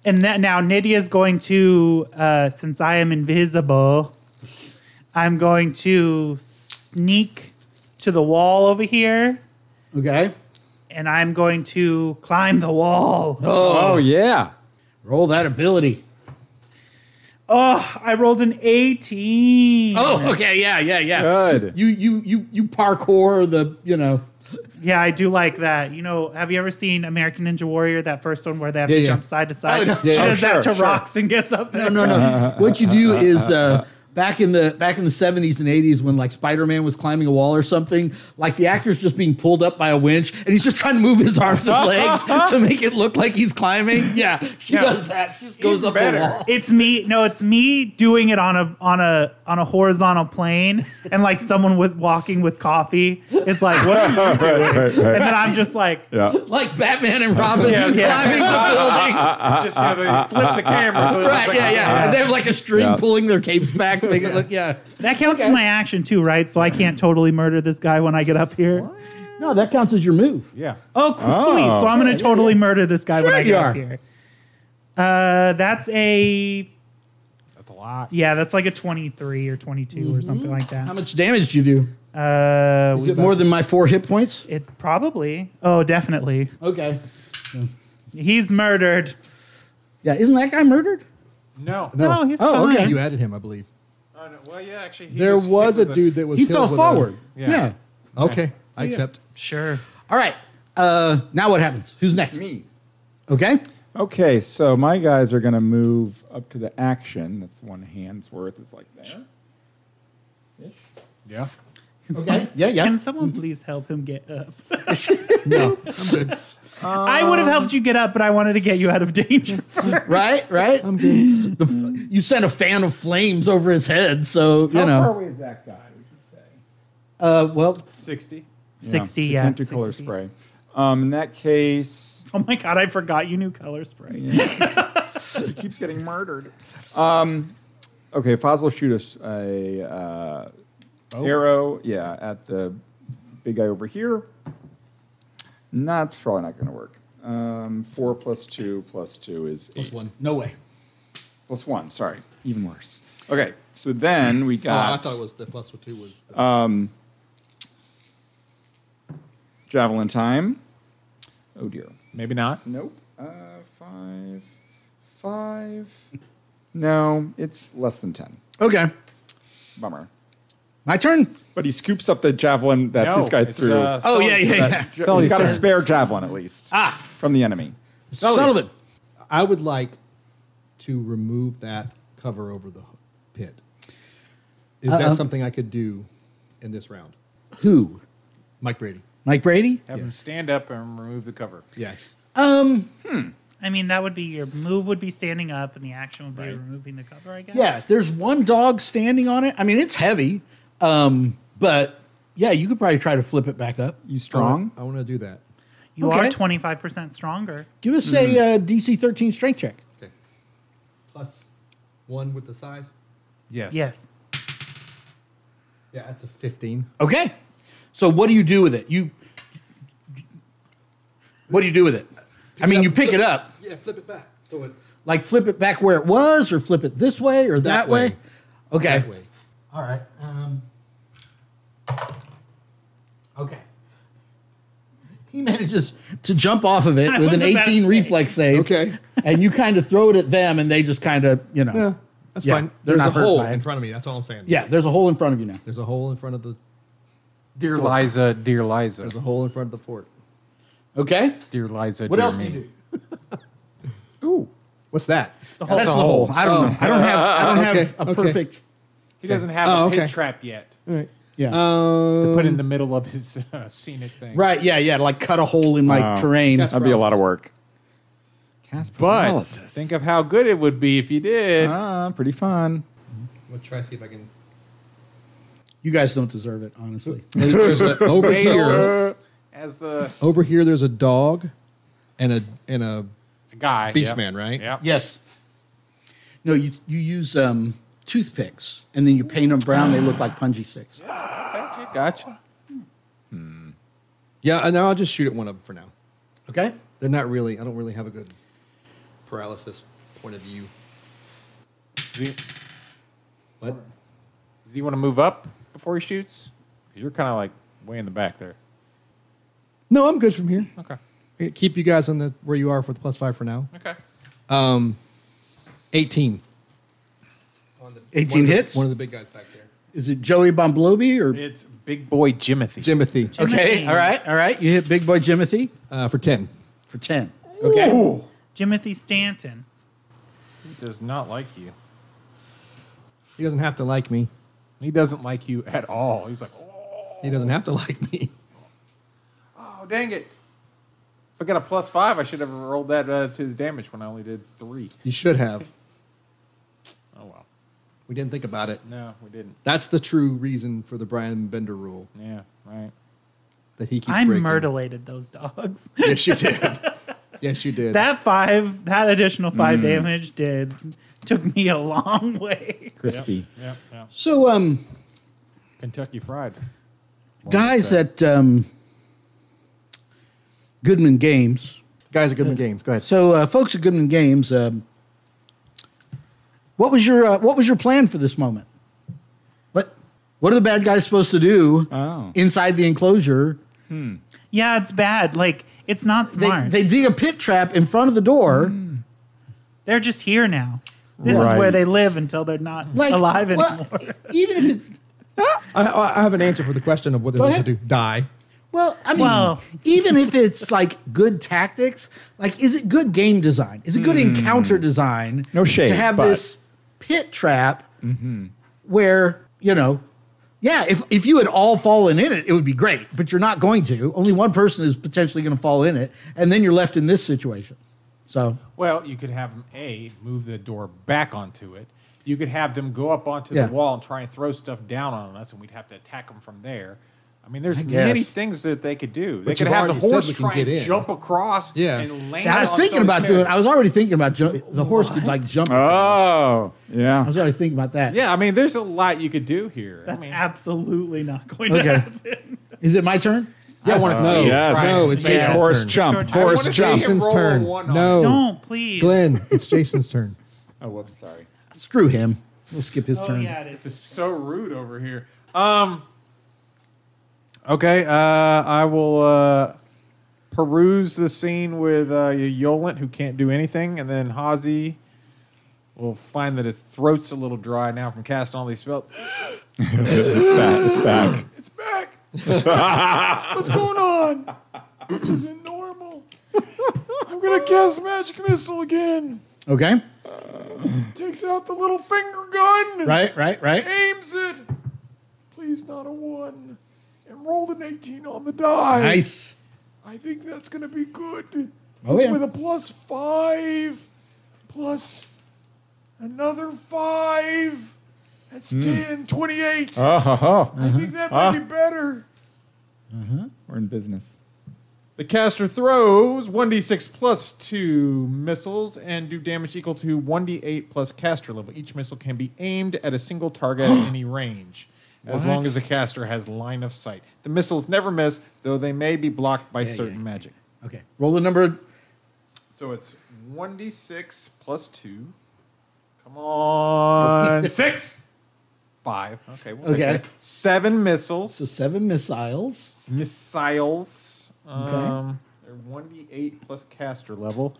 Speaker 6: And that now Nydia's going to, uh, since I am invisible, I'm going to sneak to the wall over here,
Speaker 2: okay.
Speaker 6: and I'm going to climb the wall. Oh,
Speaker 4: Oh yeah.
Speaker 2: Roll that ability.
Speaker 6: I rolled an 18.
Speaker 2: Oh, okay. Yeah, yeah, yeah.
Speaker 4: Good.
Speaker 2: You you you you parkour the you know.
Speaker 6: Yeah, I do like that. You know, have you ever seen American Ninja Warrior, that first one where they have
Speaker 3: Yeah,
Speaker 6: to
Speaker 3: yeah.
Speaker 6: jump side to side?
Speaker 2: Oh, no.
Speaker 6: She
Speaker 2: Yeah,
Speaker 6: does
Speaker 4: Oh, sure,
Speaker 6: that to
Speaker 4: sure.
Speaker 6: rocks and gets up there.
Speaker 2: No, no, no. What you do is uh, back in the back in the seventies and eighties when like Spider Man was climbing a wall or something, like the actor's just being pulled up by a winch and he's just trying to move his arms and legs to make it look like he's climbing. Yeah, she
Speaker 6: Yeah.
Speaker 2: does that. She just goes up the
Speaker 5: better.
Speaker 2: wall.
Speaker 6: It's me. No, it's me doing it on a on a on a horizontal plane, and like someone with walking with coffee is like, "What?" are you-"
Speaker 4: right, right, right.
Speaker 6: And then I'm just like,
Speaker 4: Yeah.
Speaker 2: Like Batman and Robin
Speaker 5: Yeah,
Speaker 2: who's
Speaker 6: yeah.
Speaker 2: climbing the building.
Speaker 5: It's just, you know, they flip the camera. So
Speaker 2: Right, yeah, yeah. And they have like a string
Speaker 4: Yeah.
Speaker 2: pulling their capes back to make it look, yeah.
Speaker 6: "That counts as my action too, right?" So I can't totally murder this guy when I get up here.
Speaker 2: No, that counts as your move.
Speaker 5: Yeah.
Speaker 6: Oh, cool, sweet. So I'm gonna totally murder this guy when
Speaker 2: Sure
Speaker 6: I
Speaker 2: you
Speaker 6: get
Speaker 2: are.
Speaker 6: up here. Uh, that's a
Speaker 5: That's a lot.
Speaker 6: Yeah, that's like a 23 or 22 or something like that.
Speaker 2: How much damage do you do?
Speaker 6: Uh,
Speaker 2: Mm-hmm. Um, Is
Speaker 6: we
Speaker 2: it more than my four hit points?
Speaker 6: it probably. Oh, definitely.
Speaker 2: Okay.
Speaker 6: He's murdered.
Speaker 2: Yeah, isn't that guy murdered?
Speaker 5: No.
Speaker 6: No, he's
Speaker 2: Oh,
Speaker 6: fine.
Speaker 2: okay.
Speaker 3: You added him, I believe.
Speaker 5: Oh, no. Well, yeah, actually. He
Speaker 3: There
Speaker 5: hit
Speaker 3: was a
Speaker 5: with
Speaker 3: dude that was.
Speaker 2: He
Speaker 3: killed
Speaker 2: fell
Speaker 3: with a-
Speaker 2: forward.
Speaker 5: Yeah.
Speaker 2: yeah.
Speaker 3: Okay, I accept.
Speaker 6: Sure.
Speaker 2: All right. Uh, now what happens? Who's next?
Speaker 4: Me.
Speaker 2: Okay.
Speaker 4: Okay, so my guys are going to move up to the action. That's one hand's worth. It's like there. Ish.
Speaker 5: Yeah.
Speaker 6: Okay.
Speaker 2: Yeah, Mm-hmm. yeah.
Speaker 6: Can someone please help him get up? I would have helped you get up, but I wanted to get you out of danger. first.
Speaker 2: Right, right. I'm good. The, f- you sent a fan of flames over his head, so you
Speaker 4: How far
Speaker 2: know.
Speaker 4: away is that guy? Would you say?
Speaker 2: Uh, well,
Speaker 5: 60.
Speaker 6: 60,
Speaker 4: so
Speaker 6: yeah.
Speaker 4: Can't do color
Speaker 6: 60.
Speaker 4: spray. Um, in that case,
Speaker 6: Oh my god, I forgot you knew color spray.
Speaker 4: he keeps getting murdered. Um, okay, Foz will shoot us a uh, arrow. Yeah, at the big guy over here. Not probably not going to work. Um, four plus two plus two is
Speaker 3: Plus
Speaker 4: eight.
Speaker 3: one.
Speaker 2: no way.
Speaker 4: Plus one. Sorry, even worse. Okay, so then we
Speaker 3: Oh, I
Speaker 4: got
Speaker 3: thought it was the plus two was. The,
Speaker 4: javelin time. Oh dear.
Speaker 5: Maybe not.
Speaker 4: Nope. Uh, five, five. No, it's less than ten.
Speaker 2: Okay,
Speaker 4: Bummer.
Speaker 2: my
Speaker 3: Oh,
Speaker 2: turn.
Speaker 4: But he scoops up the javelin that
Speaker 5: no,
Speaker 4: this guy
Speaker 5: it's,
Speaker 4: threw.
Speaker 5: uh,
Speaker 2: Oh
Speaker 5: Sullivan-
Speaker 2: yeah, yeah, yeah.
Speaker 4: Ja- he's got a spare javelin at least. Ah, from the enemy.
Speaker 2: Sullivan.
Speaker 3: I would like to remove that cover over the pit. Is that something I could do in this round?
Speaker 2: Who?
Speaker 3: Mike Brady.
Speaker 2: Mike Brady?
Speaker 5: Have him
Speaker 3: Yes.
Speaker 5: stand up and remove the cover.
Speaker 3: Yes.
Speaker 2: Um,
Speaker 6: I mean, that would be your move would be standing up, and the action would be removing the cover. I guess.
Speaker 2: yeah. There's one dog standing on it. I mean, it's heavy. Um, but yeah, you could probably try to flip it back up.
Speaker 4: You strong?
Speaker 3: I want to do that.
Speaker 6: You
Speaker 2: Okay.
Speaker 6: are twenty five percent stronger.
Speaker 2: Give us a uh,
Speaker 3: Mm-hmm.
Speaker 2: DC 13 strength check.
Speaker 3: Okay. Plus one with the size.
Speaker 5: Yes.
Speaker 6: Yes.
Speaker 3: Yeah, that's a 15.
Speaker 2: Okay. So what do you do with it? You. What do you do with it? I mean, you pick it up,
Speaker 3: Yeah, flip it back. So it's
Speaker 2: like flip it back where it was, or flip it this way or that, way.
Speaker 3: way.
Speaker 2: Okay.
Speaker 3: that way.
Speaker 2: All right. Um, okay. He manages to jump off of it
Speaker 6: I
Speaker 2: with
Speaker 6: was
Speaker 2: an
Speaker 6: about to
Speaker 2: 18
Speaker 6: say.
Speaker 2: reflex save.
Speaker 3: Okay.
Speaker 2: And you kind of throw it at them, and they just kind of, you know. Yeah.
Speaker 3: That's
Speaker 2: Yeah,
Speaker 3: fine.
Speaker 2: they're
Speaker 3: There's a
Speaker 2: not hurt
Speaker 3: hole
Speaker 2: by it.
Speaker 3: in front of me. That's all I'm saying.
Speaker 2: there's a hole in front of you now.
Speaker 3: There's a hole in front of the
Speaker 5: Dear Liza, dear Liza,
Speaker 3: there's a hole in front of the fort.
Speaker 2: Okay.
Speaker 5: dear Liza.
Speaker 2: What
Speaker 5: dear
Speaker 2: else
Speaker 5: me.
Speaker 2: do you do?
Speaker 3: What's that?
Speaker 2: That's the hole. Oh. I don't know. I don't have. I don't have
Speaker 3: Okay,
Speaker 2: a
Speaker 3: okay.
Speaker 2: perfect.
Speaker 5: He doesn't have
Speaker 3: Oh,
Speaker 5: a pit
Speaker 3: okay.
Speaker 5: trap yet.
Speaker 2: Yeah.
Speaker 3: Um,
Speaker 5: Put in the middle of his uh, scenic thing.
Speaker 2: right. Yeah. Yeah. Like cut a hole in my
Speaker 4: Wow.
Speaker 2: terrain.
Speaker 3: Yes.
Speaker 4: That'd be a lot of work. Cast
Speaker 5: But think of how good it would be if you did.
Speaker 3: Uh,
Speaker 4: ah, pretty fun.
Speaker 3: Let's try to see if I can.
Speaker 2: You guys don't deserve it, honestly.
Speaker 3: There's a, over here,
Speaker 5: Tails as the
Speaker 3: over here. There's a dog, and a and a
Speaker 5: guy.
Speaker 3: Beast
Speaker 5: yep.
Speaker 3: man, right?
Speaker 5: Yep.
Speaker 2: Yes. No, you you use um, toothpicks and then you paint them brown. They look like punji sticks.
Speaker 5: Okay, gotcha.
Speaker 3: yeah. And now I'll just shoot at one of them for now.
Speaker 2: Okay.
Speaker 3: They're not really. I don't really have a good paralysis point of view.
Speaker 5: Does he,
Speaker 3: What?
Speaker 5: does he want to move up before he shoots? 'Cause You're kind of like way in the back there.
Speaker 3: No, I'm good from here.
Speaker 5: Okay.
Speaker 3: Okay, Keep you guys on the where you are for the plus five for now.
Speaker 5: Okay.
Speaker 3: 18. On the,
Speaker 2: 18
Speaker 3: one of the-
Speaker 2: hits?
Speaker 3: one of the big guys back there.
Speaker 2: Is it Joey Bomblobi or?
Speaker 5: It's Big Boy Jimothy.
Speaker 3: Jimothy
Speaker 2: Okay.
Speaker 6: Jimothy.
Speaker 2: All right. All right. You hit Big Boy Jimothy
Speaker 3: uh, for 10.
Speaker 2: for ten.
Speaker 5: okay.
Speaker 6: Jimothy Stanton.
Speaker 5: He does not like you.
Speaker 3: He doesn't have to like me.
Speaker 5: He doesn't like you at all. He's like, oh,
Speaker 3: He doesn't have to like me.
Speaker 5: oh, dang it. If I got a plus five, I should have rolled that uh, to his damage when I only did three.
Speaker 3: You should have.
Speaker 5: Oh, well.
Speaker 3: We didn't think about it.
Speaker 5: No, we didn't.
Speaker 3: That's the true reason for the Brian Bender rule
Speaker 5: Yeah, right.
Speaker 3: that he keeps
Speaker 6: I
Speaker 3: breaking.
Speaker 6: myrtleated those dogs.
Speaker 3: Yes, you did. yes, you did.
Speaker 6: that five, that additional
Speaker 3: Mm.
Speaker 6: five damage did took me a long way.
Speaker 4: Crispy.
Speaker 5: Yeah, yeah.
Speaker 2: So um,
Speaker 5: Kentucky Fried.
Speaker 2: guys at um, Goodman Games.
Speaker 3: guys are good in games. Go ahead.
Speaker 2: So uh, folks at Goodman Games. Um, what was your uh, What was your plan for this moment? What What are the bad guys supposed to do
Speaker 4: Oh.
Speaker 2: inside the enclosure?
Speaker 6: Yeah, it's bad. Like it's not
Speaker 2: they,
Speaker 6: smart. They,
Speaker 2: they dig a pit trap in front of the door.
Speaker 6: Hmm. are just here now. This is where
Speaker 4: Right.
Speaker 6: they live until they're not alive
Speaker 2: well,
Speaker 6: anymore.
Speaker 2: Even if it,
Speaker 3: I, I I have an answer for the question of what they're
Speaker 2: Go
Speaker 3: supposed to do.
Speaker 2: ahead.
Speaker 3: Die.
Speaker 2: Well, I mean,
Speaker 6: Well-
Speaker 2: even if it's like good tactics, like is it good game design? Is it good encounter design?
Speaker 4: Hmm. No shade,
Speaker 2: to have
Speaker 4: but- Mm-hmm.
Speaker 2: this pit trap where you know, yeah, if if you had all fallen in it, it would be great. But you're not going to. Only one person is potentially going to fall in it, and then you're left in this situation. So
Speaker 5: Well, you could have them a move the door back onto it. You could have them go up onto
Speaker 2: Yeah.
Speaker 5: the wall and try and throw stuff down on us, and we'd have to attack them from there. I mean, there's
Speaker 2: guess.
Speaker 5: many things that they could do. They
Speaker 3: But
Speaker 5: could
Speaker 3: you've
Speaker 5: have the
Speaker 3: already said
Speaker 5: horse
Speaker 3: we can
Speaker 5: try
Speaker 3: get
Speaker 5: and
Speaker 3: in.
Speaker 5: jump across
Speaker 3: Yeah.
Speaker 5: and land.
Speaker 2: I was
Speaker 5: on
Speaker 2: thinking
Speaker 5: someone's
Speaker 2: about
Speaker 5: head.
Speaker 2: doing. I was already thinking about ju- the horse could like jump.
Speaker 4: Oh, yeah.
Speaker 2: I was already thinking about that.
Speaker 5: Yeah, I mean, there's a lot you could do here.
Speaker 6: That's
Speaker 5: I mean,
Speaker 6: absolutely not going to
Speaker 2: Okay.
Speaker 6: happen.
Speaker 2: Is it my turn?
Speaker 5: I want to
Speaker 4: No,
Speaker 5: see.
Speaker 4: Uh, yes.
Speaker 5: Right.
Speaker 3: No, it's
Speaker 5: Yeah.
Speaker 3: Jason's
Speaker 4: Horse
Speaker 3: turn.
Speaker 6: Sure,
Speaker 4: jump.
Speaker 6: sure.
Speaker 4: Horse
Speaker 5: I wanna
Speaker 4: jump.
Speaker 5: see him
Speaker 3: Jason's
Speaker 5: roll a
Speaker 3: turn.
Speaker 5: one on
Speaker 3: No,
Speaker 6: Don't please.
Speaker 3: Oh. Glenn, it's Jason's turn.
Speaker 4: Oh, whoops, sorry.
Speaker 2: Screw him. We'll skip his
Speaker 6: Oh
Speaker 2: turn.
Speaker 6: yeah, it
Speaker 5: This
Speaker 6: is.
Speaker 5: is so rude over here. Um. Okay, uh, I will uh, peruse the scene with uh, Yolent, who can't do anything, and then Hazi will find that his throat's a little dry now from casting all these spells.
Speaker 4: It's back. It's back.
Speaker 5: It's back. What's going on? This isn't normal. I'm gonna cast magic missile again.
Speaker 2: Okay.
Speaker 5: Takes out the little finger gun.
Speaker 2: Right. Right. Right.
Speaker 5: aims it. Please, not a one. And rolled an 18 on the die.
Speaker 2: Nice.
Speaker 5: I think that's going to be good.
Speaker 2: Oh,
Speaker 5: It's
Speaker 2: yeah.
Speaker 5: With a plus five, plus another five. That's
Speaker 2: Hmm.
Speaker 5: 10, 28.
Speaker 4: Oh, ho, ho.
Speaker 2: Uh-huh.
Speaker 5: I think that might be better.
Speaker 4: We're in business.
Speaker 5: The caster throws 1d6 plus 2 missiles and do damage equal to 1d8 plus caster level. Each missile can be aimed at a single target at any range, as long as the caster has line of sight. The missiles never miss, though they may be blocked by certain magic.
Speaker 2: Okay. Roll the number.
Speaker 5: So it's 1d6 plus 2. Come on. 6? 5. Okay. We'll
Speaker 2: Okay.
Speaker 5: okay. 7 missiles.
Speaker 2: So seven missiles.
Speaker 5: missiles. Um, they're one d eight plus caster level.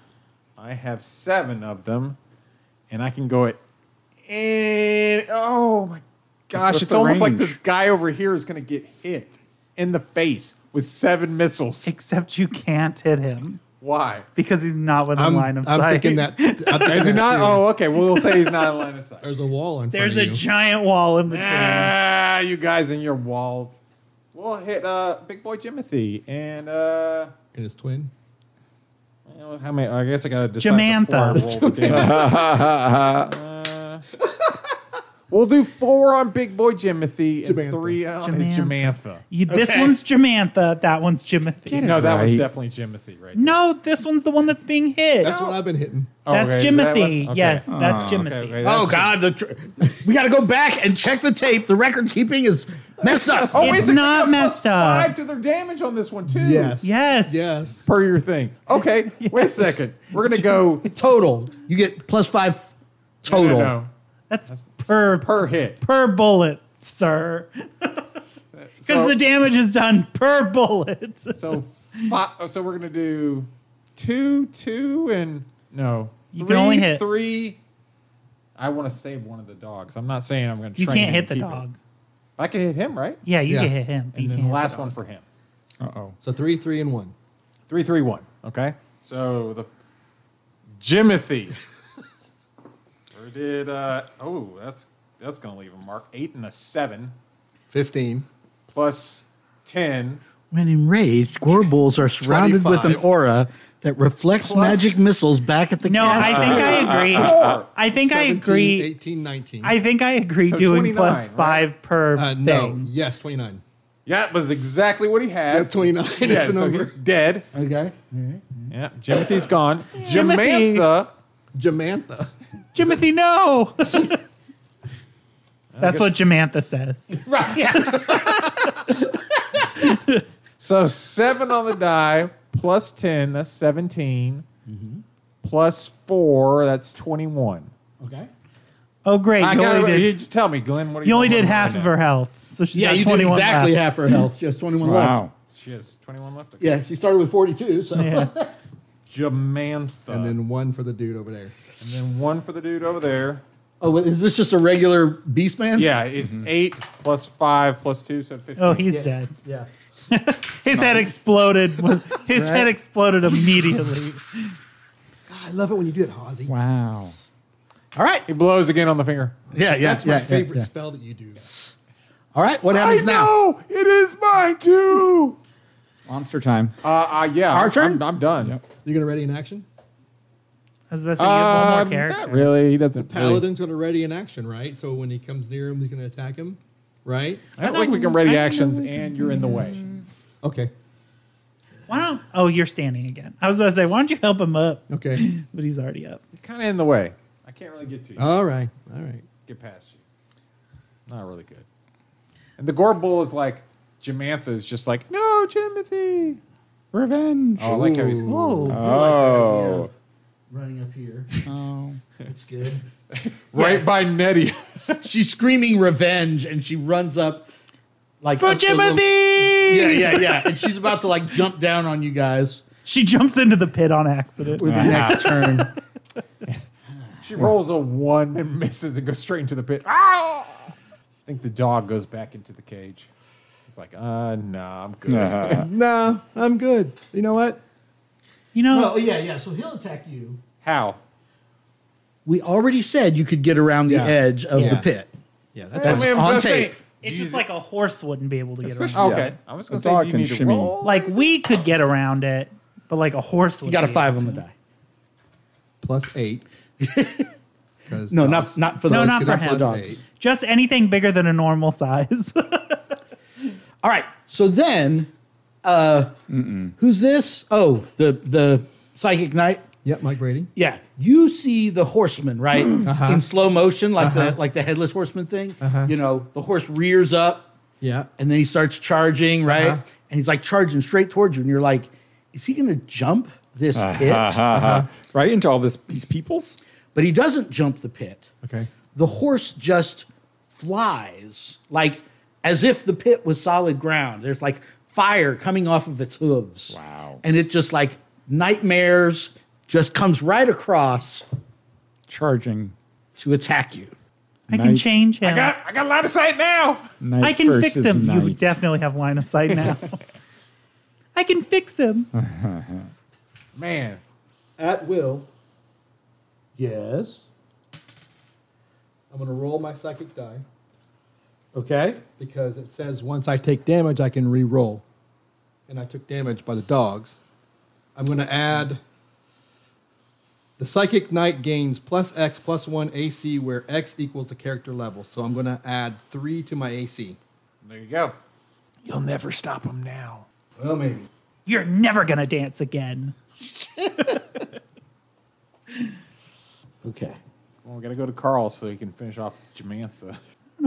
Speaker 5: I have seven of them, and I can go at. And oh my gosh,
Speaker 4: What's
Speaker 5: it's
Speaker 4: the
Speaker 5: almost like
Speaker 4: range?
Speaker 5: this guy over here is going to get hit in the face with seven missiles.
Speaker 6: Except you can't hit him
Speaker 5: Why?
Speaker 6: because he's not within
Speaker 3: I'm,
Speaker 6: line of
Speaker 3: I'm
Speaker 6: sight.
Speaker 3: thinking that. I'm thinking
Speaker 5: Is he
Speaker 3: that
Speaker 5: not?
Speaker 3: too.
Speaker 5: Oh, okay. Well, we'll say he's not in line of sight.
Speaker 3: There's a wall in
Speaker 6: There's a
Speaker 3: front of you.
Speaker 6: giant wall in between.
Speaker 5: Ah, you guys and your walls. We'll hit uh, Big Boy Jimothy and uh,
Speaker 3: and his twin.
Speaker 5: you know, how many? I guess I got to decide. before I
Speaker 6: Jamantha.
Speaker 5: roll the damage. We'll do four on Big Boy Jimothy and
Speaker 3: Jamantha.
Speaker 5: three on
Speaker 6: Jamantha.
Speaker 5: Jamantha.
Speaker 6: You, This
Speaker 5: Okay.
Speaker 6: one's Jamantha. That one's Jimothy.
Speaker 5: No, that was
Speaker 4: Right.
Speaker 5: definitely Jimothy, right?
Speaker 6: No, this one's the one that's being hit.
Speaker 3: That's what I've been hitting.
Speaker 6: That's
Speaker 5: Oh, okay, is that
Speaker 6: Jimothy.
Speaker 5: what- okay.
Speaker 6: Yes, that's
Speaker 4: okay,
Speaker 6: Jimothy.
Speaker 5: okay,
Speaker 2: Oh God! The tr- we got to go back and check the tape. The record keeping is messed up.
Speaker 5: Oh, wait a
Speaker 6: It's
Speaker 5: second,
Speaker 6: not
Speaker 5: they got plus
Speaker 6: messed up.
Speaker 5: Five to their damage on this one too.
Speaker 6: Yes.
Speaker 3: Yes.
Speaker 5: per your thing. Okay, wait a second. We're gonna go
Speaker 2: total. You get plus five
Speaker 5: no,
Speaker 2: total.
Speaker 5: no, no,
Speaker 6: That's per per,
Speaker 5: per hit.
Speaker 6: bullet, sir. Because
Speaker 5: So-
Speaker 6: the damage is done per bullet.
Speaker 5: So five, so we're gonna do two, two, and no.
Speaker 6: You can only hit-
Speaker 5: three. I want to save one of the dogs. I'm not saying I'm gonna.
Speaker 6: you
Speaker 5: train
Speaker 6: can't
Speaker 5: him
Speaker 6: hit
Speaker 5: to
Speaker 6: the
Speaker 5: keep it.
Speaker 6: dog.
Speaker 5: I can hit him, right?
Speaker 6: Yeah, you
Speaker 3: Yeah.
Speaker 6: can hit him. but you
Speaker 5: And then
Speaker 6: can't
Speaker 5: the
Speaker 6: hit
Speaker 5: last
Speaker 6: the
Speaker 5: one
Speaker 6: dog.
Speaker 5: for him.
Speaker 4: Uh oh.
Speaker 3: So three, three, and one.
Speaker 5: Three, three, one. Okay. So the Jimothy. Where did uh oh that's that's gonna leave a mark. Eight and a seven
Speaker 3: Fifteen.
Speaker 5: plus ten.
Speaker 2: When enraged, Gorbals are surrounded with an
Speaker 3: 25.
Speaker 2: aura that reflects magic missiles back at the
Speaker 6: No, I
Speaker 2: caster.
Speaker 6: think I agree. I think I
Speaker 3: 17,
Speaker 6: agree.
Speaker 3: 18, 19.
Speaker 6: I think I agree
Speaker 5: So
Speaker 6: doing
Speaker 5: 29,
Speaker 6: plus five per
Speaker 3: uh,
Speaker 6: thing.
Speaker 3: no. Yes, 29.
Speaker 5: Yeah, it was exactly what he had.
Speaker 3: Yeah, 29 is
Speaker 5: Yeah,
Speaker 3: the
Speaker 5: so
Speaker 3: number.
Speaker 5: he's dead.
Speaker 2: okay.
Speaker 5: Yeah, Jimothy's gone.
Speaker 6: Jimothy.
Speaker 5: Jamantha.
Speaker 3: Jamantha.
Speaker 6: Jimothy, no. That's what Jamantha says.
Speaker 5: So seven on the die plus ten. That's 17 Plus four. That's twenty-one.
Speaker 2: Okay.
Speaker 6: Oh, great.
Speaker 5: I
Speaker 6: You
Speaker 5: got.
Speaker 6: only,
Speaker 5: You
Speaker 6: did,
Speaker 5: just tell me, Glenn. What are
Speaker 6: you only did
Speaker 5: doing
Speaker 6: half
Speaker 5: right
Speaker 6: of
Speaker 5: now?
Speaker 6: her health. So she's
Speaker 2: Yeah,
Speaker 6: got
Speaker 2: you did
Speaker 6: 21
Speaker 2: exactly
Speaker 6: left.
Speaker 2: half her health. She has 21 left.
Speaker 4: Wow.
Speaker 5: She has twenty-one left. Okay.
Speaker 2: Yeah, she started with 42. So
Speaker 6: Yeah.
Speaker 5: Jamantha.
Speaker 3: And then one for the dude over there.
Speaker 5: And then one for the dude over there.
Speaker 2: Oh, wait, is this just a regular beast man?
Speaker 5: Yeah, it's eight plus five plus two, so 15.
Speaker 6: Oh, he's dead.
Speaker 2: Yeah.
Speaker 6: His head exploded. with- His head exploded immediately.
Speaker 7: I love it when you do it, Hazy.
Speaker 8: Wow.
Speaker 2: All right.
Speaker 5: He blows again on the finger.
Speaker 2: Yeah, yeah.
Speaker 3: That's my
Speaker 2: yeah, yeah,
Speaker 3: favorite
Speaker 2: yeah.
Speaker 3: spell that you do.
Speaker 2: All right. What happens now?
Speaker 5: know! It is mine too!
Speaker 4: Monster time.
Speaker 5: Uh, uh, yeah.
Speaker 2: Our turn?
Speaker 5: I'm, I'm done.
Speaker 3: You're gonna ready in action.
Speaker 6: I was about to say, you have one
Speaker 5: Um,
Speaker 6: more character.
Speaker 5: Not really. He doesn't. Really.
Speaker 3: Paladin's gonna ready in action, right? So when he comes near him, he's gonna attack him, right?
Speaker 5: I don't think we can ready actions, and you're in the way.
Speaker 6: Mm.
Speaker 3: Okay.
Speaker 6: Why don't? Oh, you're standing again. I was about to say, why don't you help him up?
Speaker 3: Okay.
Speaker 6: But he's already up.
Speaker 5: You're kind of in the way. I can't really get to you.
Speaker 3: All right. All right.
Speaker 5: get past you. Not really good. And the gore bull is like, Jamantha is just like, no, Jimothy.
Speaker 8: Revenge.
Speaker 5: Oh, I like how he's.
Speaker 6: Whoa!
Speaker 4: Oh.
Speaker 7: Running up here.
Speaker 8: Oh.
Speaker 7: It's good.
Speaker 5: Right by Nettie.
Speaker 2: She's screaming revenge, and she runs up like
Speaker 6: For
Speaker 2: up the little-
Speaker 6: Jimothy!
Speaker 2: Yeah, yeah, yeah. And she's about to like jump down on you guys
Speaker 6: She jumps into the pit on accident.
Speaker 2: with the next turn.
Speaker 5: she rolls a one and misses and goes straight into the pit. Ah! I think the dog goes back into the cage. It's like, uh, nah, I'm good.
Speaker 3: No, I'm good. You know what?
Speaker 6: You know,
Speaker 7: Oh yeah, yeah. So he'll attack you.
Speaker 5: How?
Speaker 2: We already said you could get around the
Speaker 3: Yeah.
Speaker 2: edge of the
Speaker 6: Yeah.
Speaker 2: pit.
Speaker 3: Yeah, that's
Speaker 2: That's
Speaker 5: I mean,
Speaker 2: on
Speaker 5: that's
Speaker 2: tape.
Speaker 5: saying-
Speaker 6: it's just like a horse wouldn't be able to get around.
Speaker 5: Okay,
Speaker 4: Yeah.
Speaker 5: I was gonna
Speaker 4: A
Speaker 5: say,
Speaker 4: dog
Speaker 5: do you
Speaker 4: can
Speaker 5: need to
Speaker 4: shimmy.
Speaker 5: roll?
Speaker 6: Like we could get around it, but like a horse would.
Speaker 2: You got a five on the die.
Speaker 3: plus eight. 'Cause
Speaker 2: No,
Speaker 3: dogs-
Speaker 2: not not for
Speaker 6: No,
Speaker 2: those.
Speaker 6: not
Speaker 3: get
Speaker 6: for
Speaker 3: up
Speaker 6: him.
Speaker 3: plus eight.
Speaker 6: Just anything bigger than a normal size.
Speaker 2: All right. So then, uh, who's this? Oh, the the psychic knight.
Speaker 3: Yep, Mike Brady.
Speaker 2: Yeah, you see the horseman right in slow motion, like the like the headless horseman thing. You know, the horse rears up
Speaker 3: Yeah.
Speaker 2: and then he starts charging right,
Speaker 3: Uh-huh.
Speaker 2: and he's like charging straight towards you, and you're like, is he going to jump this
Speaker 4: Uh-huh.
Speaker 2: pit?
Speaker 4: Right into all this these peoples.
Speaker 2: But he doesn't jump the pit.
Speaker 3: Okay.
Speaker 2: The horse just flies like as if the pit was solid ground. There's like fire coming off of its hooves.
Speaker 4: Wow.
Speaker 2: And it just like nightmares just comes right across
Speaker 4: Charging.
Speaker 2: to attack you.
Speaker 6: I can
Speaker 4: Nice.
Speaker 6: change him.
Speaker 5: I got, I got line of sight now.
Speaker 4: Knight
Speaker 6: I can fix
Speaker 4: versus
Speaker 6: him. You
Speaker 4: knight.
Speaker 6: definitely have line of sight now. I can fix him.
Speaker 5: Man,
Speaker 3: At will,
Speaker 2: Yes.
Speaker 3: I'm going to roll my psychic die
Speaker 2: Okay.
Speaker 3: because it says once I take damage, I can re roll. And I took damage by the dogs. I'm going to add the psychic knight gains plus X plus one AC, where X equals the character level. So I'm going to add three to my AC.
Speaker 5: there you go.
Speaker 8: You'll never stop him now.
Speaker 3: Well, maybe.
Speaker 6: You're never gonna dance again.
Speaker 2: Okay.
Speaker 5: Well, we gotta go to Carl so he can finish off Jamantha.
Speaker 6: I don't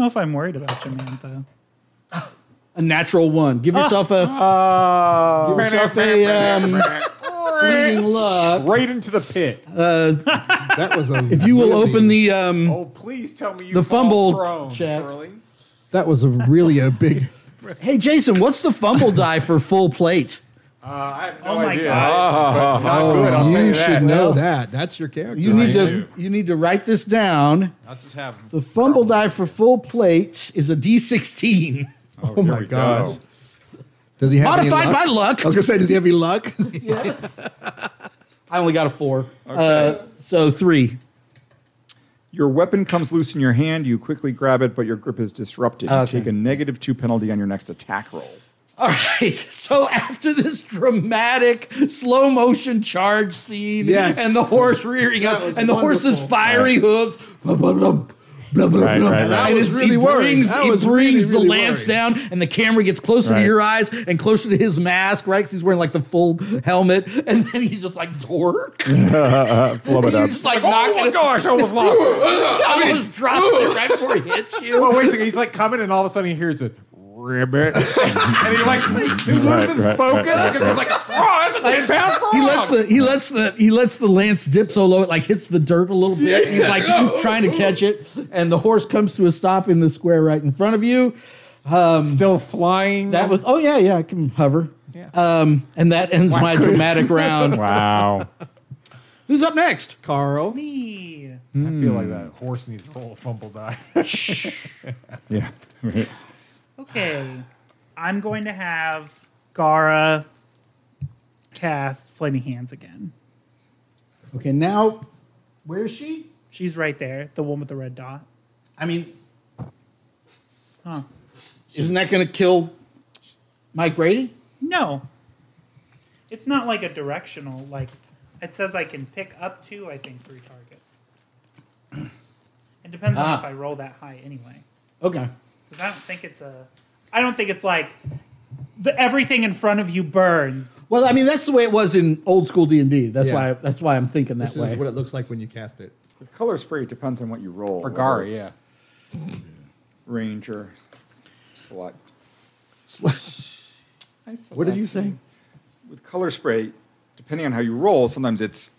Speaker 6: know if I'm worried about you, man. Though.
Speaker 2: A natural one. Give yourself a
Speaker 5: Oh,
Speaker 2: give yourself a um, fleeting luck.
Speaker 5: right into the pit.
Speaker 3: That was a.
Speaker 2: If you will open the um,
Speaker 5: Oh, please tell me you
Speaker 2: The
Speaker 5: fall
Speaker 3: oh,
Speaker 2: fumble
Speaker 5: prone,
Speaker 2: check.
Speaker 5: Shirley.
Speaker 3: That was a really a big.
Speaker 2: hey Jason, what's the fumble die for full plate?
Speaker 5: Uh, I have no
Speaker 6: Oh my
Speaker 5: idea.
Speaker 6: God.
Speaker 5: But not good. I'll
Speaker 3: you
Speaker 5: tell Oh, you
Speaker 3: should
Speaker 5: that.
Speaker 3: know that. That's your character.
Speaker 2: You
Speaker 3: right
Speaker 2: need
Speaker 3: there.
Speaker 2: to you need to write this down.
Speaker 5: I'll just have
Speaker 2: The fumble die for full plates is a D16,
Speaker 3: Oh, my gosh. Does he have
Speaker 2: modified
Speaker 3: any luck?
Speaker 2: by luck.
Speaker 3: I was gonna say, does he have any luck?
Speaker 2: I only got a four, uh, so three.
Speaker 4: Your weapon comes loose in your hand. You quickly grab it, but your grip is disrupted. You
Speaker 2: Okay.
Speaker 4: take a negative two penalty on your next attack roll.
Speaker 2: All right. So after this dramatic slow motion charge scene,
Speaker 3: Yes.
Speaker 2: and the horse rearing up,
Speaker 3: was
Speaker 2: and the horse's
Speaker 3: wonderful.
Speaker 2: fiery hooves, blah blah blah. Blah, blah,
Speaker 4: Right,
Speaker 2: blah.
Speaker 4: right,
Speaker 2: And
Speaker 4: right.
Speaker 2: it
Speaker 3: I was
Speaker 2: is-
Speaker 3: really
Speaker 2: he
Speaker 3: worried.
Speaker 2: brings,
Speaker 3: I
Speaker 2: he
Speaker 3: was
Speaker 2: brings
Speaker 3: really, really
Speaker 2: the lance
Speaker 3: worried.
Speaker 2: down, and the camera gets closer to
Speaker 4: Right.
Speaker 2: your eyes and closer to his mask, right? 'Cause he's wearing like the full helmet, and then he's just like dork.
Speaker 4: Blow it
Speaker 2: You
Speaker 4: up.
Speaker 2: just like knocking
Speaker 5: Oh my
Speaker 2: it.
Speaker 5: gosh, I almost lost it.
Speaker 2: I almost drops it right before he hits you.
Speaker 5: Well, wait a second. He's like coming, and all of a sudden he hears it. Ribbit. and he like he loses
Speaker 4: Right, right,
Speaker 5: focus
Speaker 4: right,
Speaker 5: because he's like, oh, that's a ten pound frog.
Speaker 2: He lets the he lets the he lets the lance dip so low it like hits the dirt a little bit. He's like trying to catch it, and the horse comes to a stop in the square right in front of you.
Speaker 5: still flying.
Speaker 2: That was oh yeah yeah I can hover. Um, and that ends my dramatic round.
Speaker 4: Wow.
Speaker 2: Who's up next?
Speaker 3: Carl.
Speaker 6: Me.
Speaker 5: I feel like that horse needs to roll a fumble die.
Speaker 4: yeah.
Speaker 6: Okay. I'm going to have Gara cast Flaming Hands again.
Speaker 2: Okay, now
Speaker 7: Where is she?
Speaker 6: She's right there, the one with the red dot.
Speaker 2: I mean,
Speaker 6: Huh.
Speaker 2: isn't that going to kill Mike Brady?
Speaker 6: No. It's not like a directional, like it says I can pick up to, I think, three targets. It depends on
Speaker 2: Ah.
Speaker 6: if I roll that high anyway.
Speaker 2: Okay.
Speaker 6: Because I don't think it's a I don't think it's like the, everything in front of you burns.
Speaker 2: Well, I mean, that's the way it was in old school D and D. That's
Speaker 3: Yeah.
Speaker 2: why. That's why I'm thinking that
Speaker 3: This
Speaker 2: way.
Speaker 3: is what it looks like when you cast it.
Speaker 4: The color spray depends on what you roll.
Speaker 5: For
Speaker 4: whether
Speaker 5: Gari,
Speaker 4: it's
Speaker 5: yeah.
Speaker 4: Range or select. I
Speaker 2: what did you
Speaker 4: select.
Speaker 2: say?
Speaker 4: With color spray, depending on how you roll, sometimes it's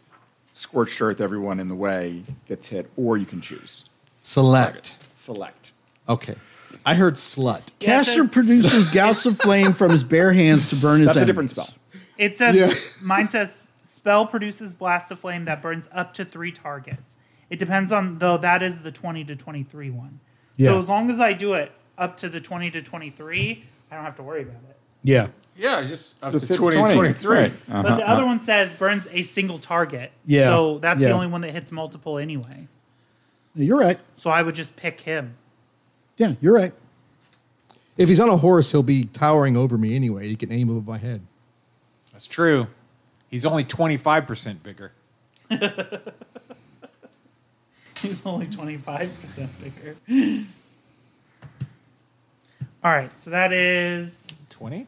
Speaker 4: scorched earth, everyone in the way gets hit, or you can choose.
Speaker 3: Select.
Speaker 4: Select.
Speaker 3: Okay. I heard slut.
Speaker 6: Yeah, it
Speaker 2: Caster
Speaker 6: says-
Speaker 2: produces gouts of flame from his bare hands to burn his.
Speaker 4: That's a
Speaker 2: enemies.
Speaker 4: different spell.
Speaker 6: It says mine says spell produces blast of flame that burns up to three targets. It depends on though that is the twenty to twenty three one.
Speaker 2: Yeah.
Speaker 6: So as long as I do it up to the twenty to twenty three, I don't have to worry about it.
Speaker 2: Yeah.
Speaker 5: Yeah, just up
Speaker 4: Just
Speaker 5: to
Speaker 4: hit
Speaker 5: 20,
Speaker 4: 20,
Speaker 5: 23.
Speaker 4: right.
Speaker 3: Uh-huh,
Speaker 6: But the other one says burns a single target.
Speaker 2: Yeah.
Speaker 6: So that's the
Speaker 2: Yeah.
Speaker 6: only one that hits multiple anyway.
Speaker 2: You're right.
Speaker 6: So I would just pick him.
Speaker 2: Yeah, you're right.
Speaker 3: If he's on a horse, he'll be towering over me anyway. He can aim above my head.
Speaker 5: That's true. He's only 25% bigger.
Speaker 6: He's only 25% bigger. All right. So that is
Speaker 5: 20?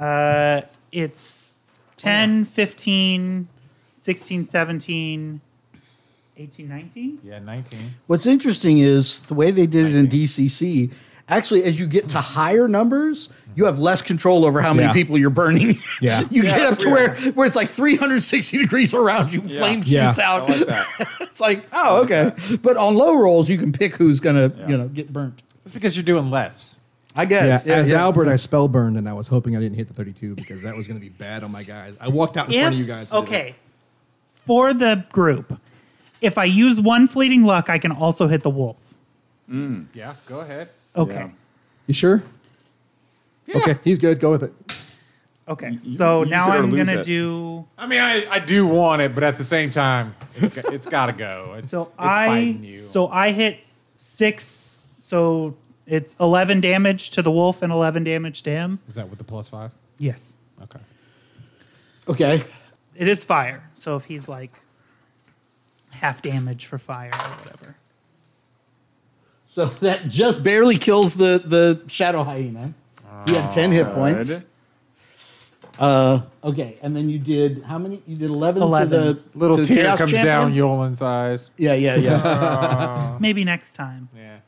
Speaker 6: uh it's
Speaker 3: Oh,
Speaker 6: 10, 15, 16, 17, 18, 19.
Speaker 5: Yeah, 19.
Speaker 2: What's interesting is the way they did it in DCC. Actually, as you get to higher numbers, you have less control over how many
Speaker 3: Yeah.
Speaker 2: people you're burning.
Speaker 3: Yeah.
Speaker 2: you get up to where, where it's like 360 degrees around you, flame
Speaker 3: Yeah.
Speaker 2: shoots
Speaker 5: I
Speaker 2: out.
Speaker 5: like that.
Speaker 2: it's like, oh, okay. But on low rolls, you can pick who's gonna, you know, get burnt.
Speaker 5: It's because you're doing less.
Speaker 2: I guess.
Speaker 3: as Albert, I spell burned, and I was hoping I didn't hit the 32 because that was going to be bad on my guys. I walked out in front of you guys. and did
Speaker 6: Okay. For the group, if I use one fleeting luck, I can also hit the wolf.
Speaker 5: Yeah, go ahead.
Speaker 6: Okay.
Speaker 4: Yeah.
Speaker 3: it. You sure? Okay, he's good. Go with it.
Speaker 6: Okay.
Speaker 4: you-
Speaker 6: so
Speaker 4: use
Speaker 6: now
Speaker 4: it or
Speaker 6: I'm
Speaker 4: lose
Speaker 6: gonna
Speaker 4: it.
Speaker 6: do
Speaker 5: I mean, I, I do want it, but at the same time, it's, go- it's got to go. It's,
Speaker 6: so
Speaker 5: it's biting
Speaker 6: I
Speaker 5: you.
Speaker 6: so I hit six so it's eleven damage to the wolf and eleven damage to him.
Speaker 5: Is that with the plus five?
Speaker 6: Yes.
Speaker 5: Okay.
Speaker 2: Okay.
Speaker 6: It is fire. So if he's like half damage for fire or whatever.
Speaker 2: So that just barely kills the the shadow hyena. He had 10 hit points.
Speaker 4: Good.
Speaker 2: Uh, okay, and then you did how many? You did 11, to
Speaker 6: 11.
Speaker 2: the to the Chaos Champion?
Speaker 5: Yolan's eyes.
Speaker 2: Yeah, yeah, yeah.
Speaker 6: Maybe next time.
Speaker 5: Yeah.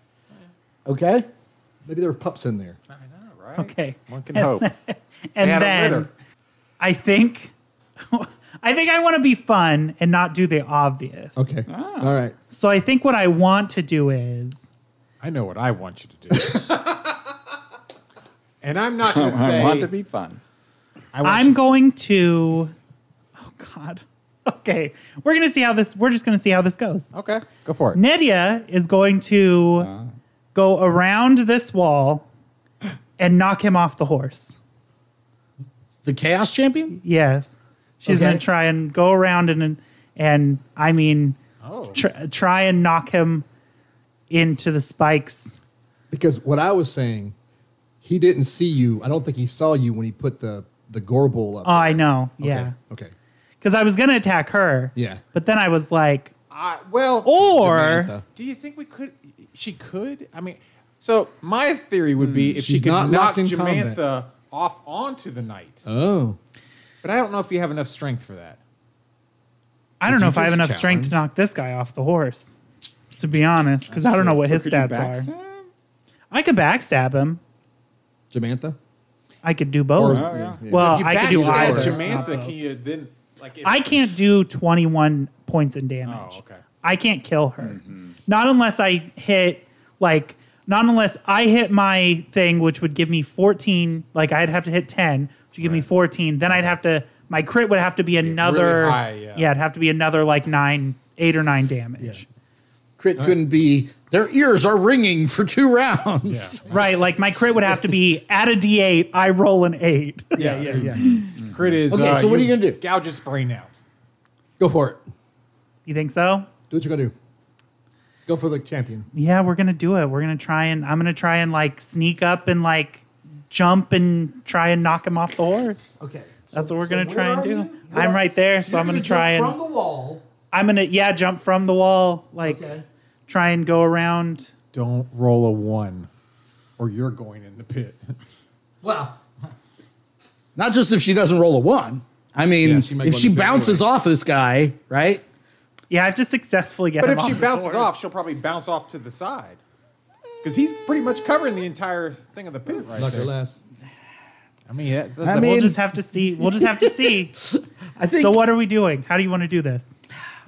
Speaker 2: okay.
Speaker 3: Maybe there were pups in there.
Speaker 5: I know, right?
Speaker 6: Okay.
Speaker 5: One can hope.
Speaker 6: And
Speaker 5: had a
Speaker 6: then
Speaker 5: litter.
Speaker 6: I think I think I want to be fun and not do the obvious.
Speaker 3: Okay.
Speaker 6: Oh.
Speaker 3: All right.
Speaker 6: So I think what I want to do is
Speaker 5: I know what I want you to do. and I'm not going to say.
Speaker 4: I want to be fun.
Speaker 6: I'm going to. Oh God. Okay, we're gonna see how this. We're just gonna see how this goes.
Speaker 5: okay, go for it.
Speaker 6: Nedia is going to
Speaker 3: Uh.
Speaker 6: go around this wall and knock him off the horse.
Speaker 2: The Chaos Champion?
Speaker 6: Yes, she's
Speaker 2: Okay.
Speaker 6: gonna try and go around and and I mean,
Speaker 5: Oh.
Speaker 6: tr- try and knock him into the spikes.
Speaker 3: Because what I was saying, he didn't see you. I don't think he saw you when he put the the gorble up.
Speaker 6: Oh, I know. Yeah,
Speaker 3: Okay. okay.
Speaker 6: because I was gonna attack her.
Speaker 3: Yeah.
Speaker 6: but then I was like,
Speaker 5: I, well,
Speaker 6: or
Speaker 3: Samantha.
Speaker 5: do you think we could? She could. I mean, so my theory would be if she
Speaker 3: she's
Speaker 5: could
Speaker 3: not
Speaker 5: knock
Speaker 3: locked in
Speaker 5: Jamantha off onto the knight,
Speaker 3: Oh.
Speaker 5: but I don't know if you have enough strength for that.
Speaker 6: I don't
Speaker 3: Did
Speaker 6: know
Speaker 3: you
Speaker 6: if I have
Speaker 3: just
Speaker 6: enough strength to
Speaker 3: challenge?
Speaker 6: knock this guy off the horse, to be honest, because I don't know what his
Speaker 4: Could you
Speaker 6: stats
Speaker 4: backstab?
Speaker 6: are. I could backstab him.
Speaker 3: Jamantha?
Speaker 6: I could do both.
Speaker 4: Oh, yeah.
Speaker 6: well,
Speaker 5: if you
Speaker 6: I could do
Speaker 5: backstab
Speaker 6: either.
Speaker 5: Jamantha, can you then like? If,
Speaker 6: I can't do 21 points in damage.
Speaker 5: Oh, okay. Mm-hmm.
Speaker 6: I can't kill her. Not unless I hit, like, not unless I hit my thing, which would give me 14. Like, I'd have to hit 10, which would give me 14. Then I'd have to, my crit would have to be another.
Speaker 5: high, yeah.
Speaker 6: it'd have to be another, like, nine, eight or nine damage.
Speaker 2: Crit couldn't be. Their ears are ringing for two rounds.
Speaker 6: Right, like my crit would have to be at a d8, I roll an 8.
Speaker 2: Yeah, yeah, yeah. yeah.
Speaker 5: Crit is.
Speaker 2: Okay,
Speaker 5: uh,
Speaker 2: so what are you gonna do?
Speaker 5: Gouge his brain out.
Speaker 3: Go for it.
Speaker 6: You think so?
Speaker 3: Do what you're gonna do. Go for the champion.
Speaker 6: Yeah, we're going to do it. We're going to try and I'm going to try and like sneak up and like jump and try and knock him off the horse.
Speaker 7: Okay.
Speaker 6: That's what we're
Speaker 7: so
Speaker 6: going
Speaker 7: where
Speaker 6: to try and
Speaker 7: are
Speaker 6: do.
Speaker 7: you? You're
Speaker 6: I'm
Speaker 7: up-
Speaker 6: right there, so
Speaker 7: you're
Speaker 6: I'm going to
Speaker 7: jump
Speaker 6: try
Speaker 7: from
Speaker 6: and
Speaker 7: the wall.
Speaker 6: I'm going to yeah, jump from the wall like
Speaker 7: Okay.
Speaker 6: try and go around.
Speaker 8: Don't roll a one, or you're going in the pit.
Speaker 7: Well,
Speaker 2: Not just if she doesn't roll a one. I mean,
Speaker 3: Yeah, she might
Speaker 2: if
Speaker 3: go
Speaker 2: she
Speaker 3: in the pit
Speaker 2: bounces off this guy, right?
Speaker 6: Yeah, I have to successfully get
Speaker 5: But
Speaker 6: him
Speaker 5: if she
Speaker 6: off the
Speaker 5: bounces
Speaker 6: horse.
Speaker 5: off, she'll probably bounce off to the side. Because he's pretty much covering the entire thing of the pit right
Speaker 3: Not
Speaker 5: there.
Speaker 3: your last.
Speaker 5: I mean, that's, that's
Speaker 2: I
Speaker 5: a-
Speaker 2: mean-
Speaker 6: We'll just have to see. We'll just have to see.
Speaker 2: I think.
Speaker 6: so what are we doing? How do you want to do this?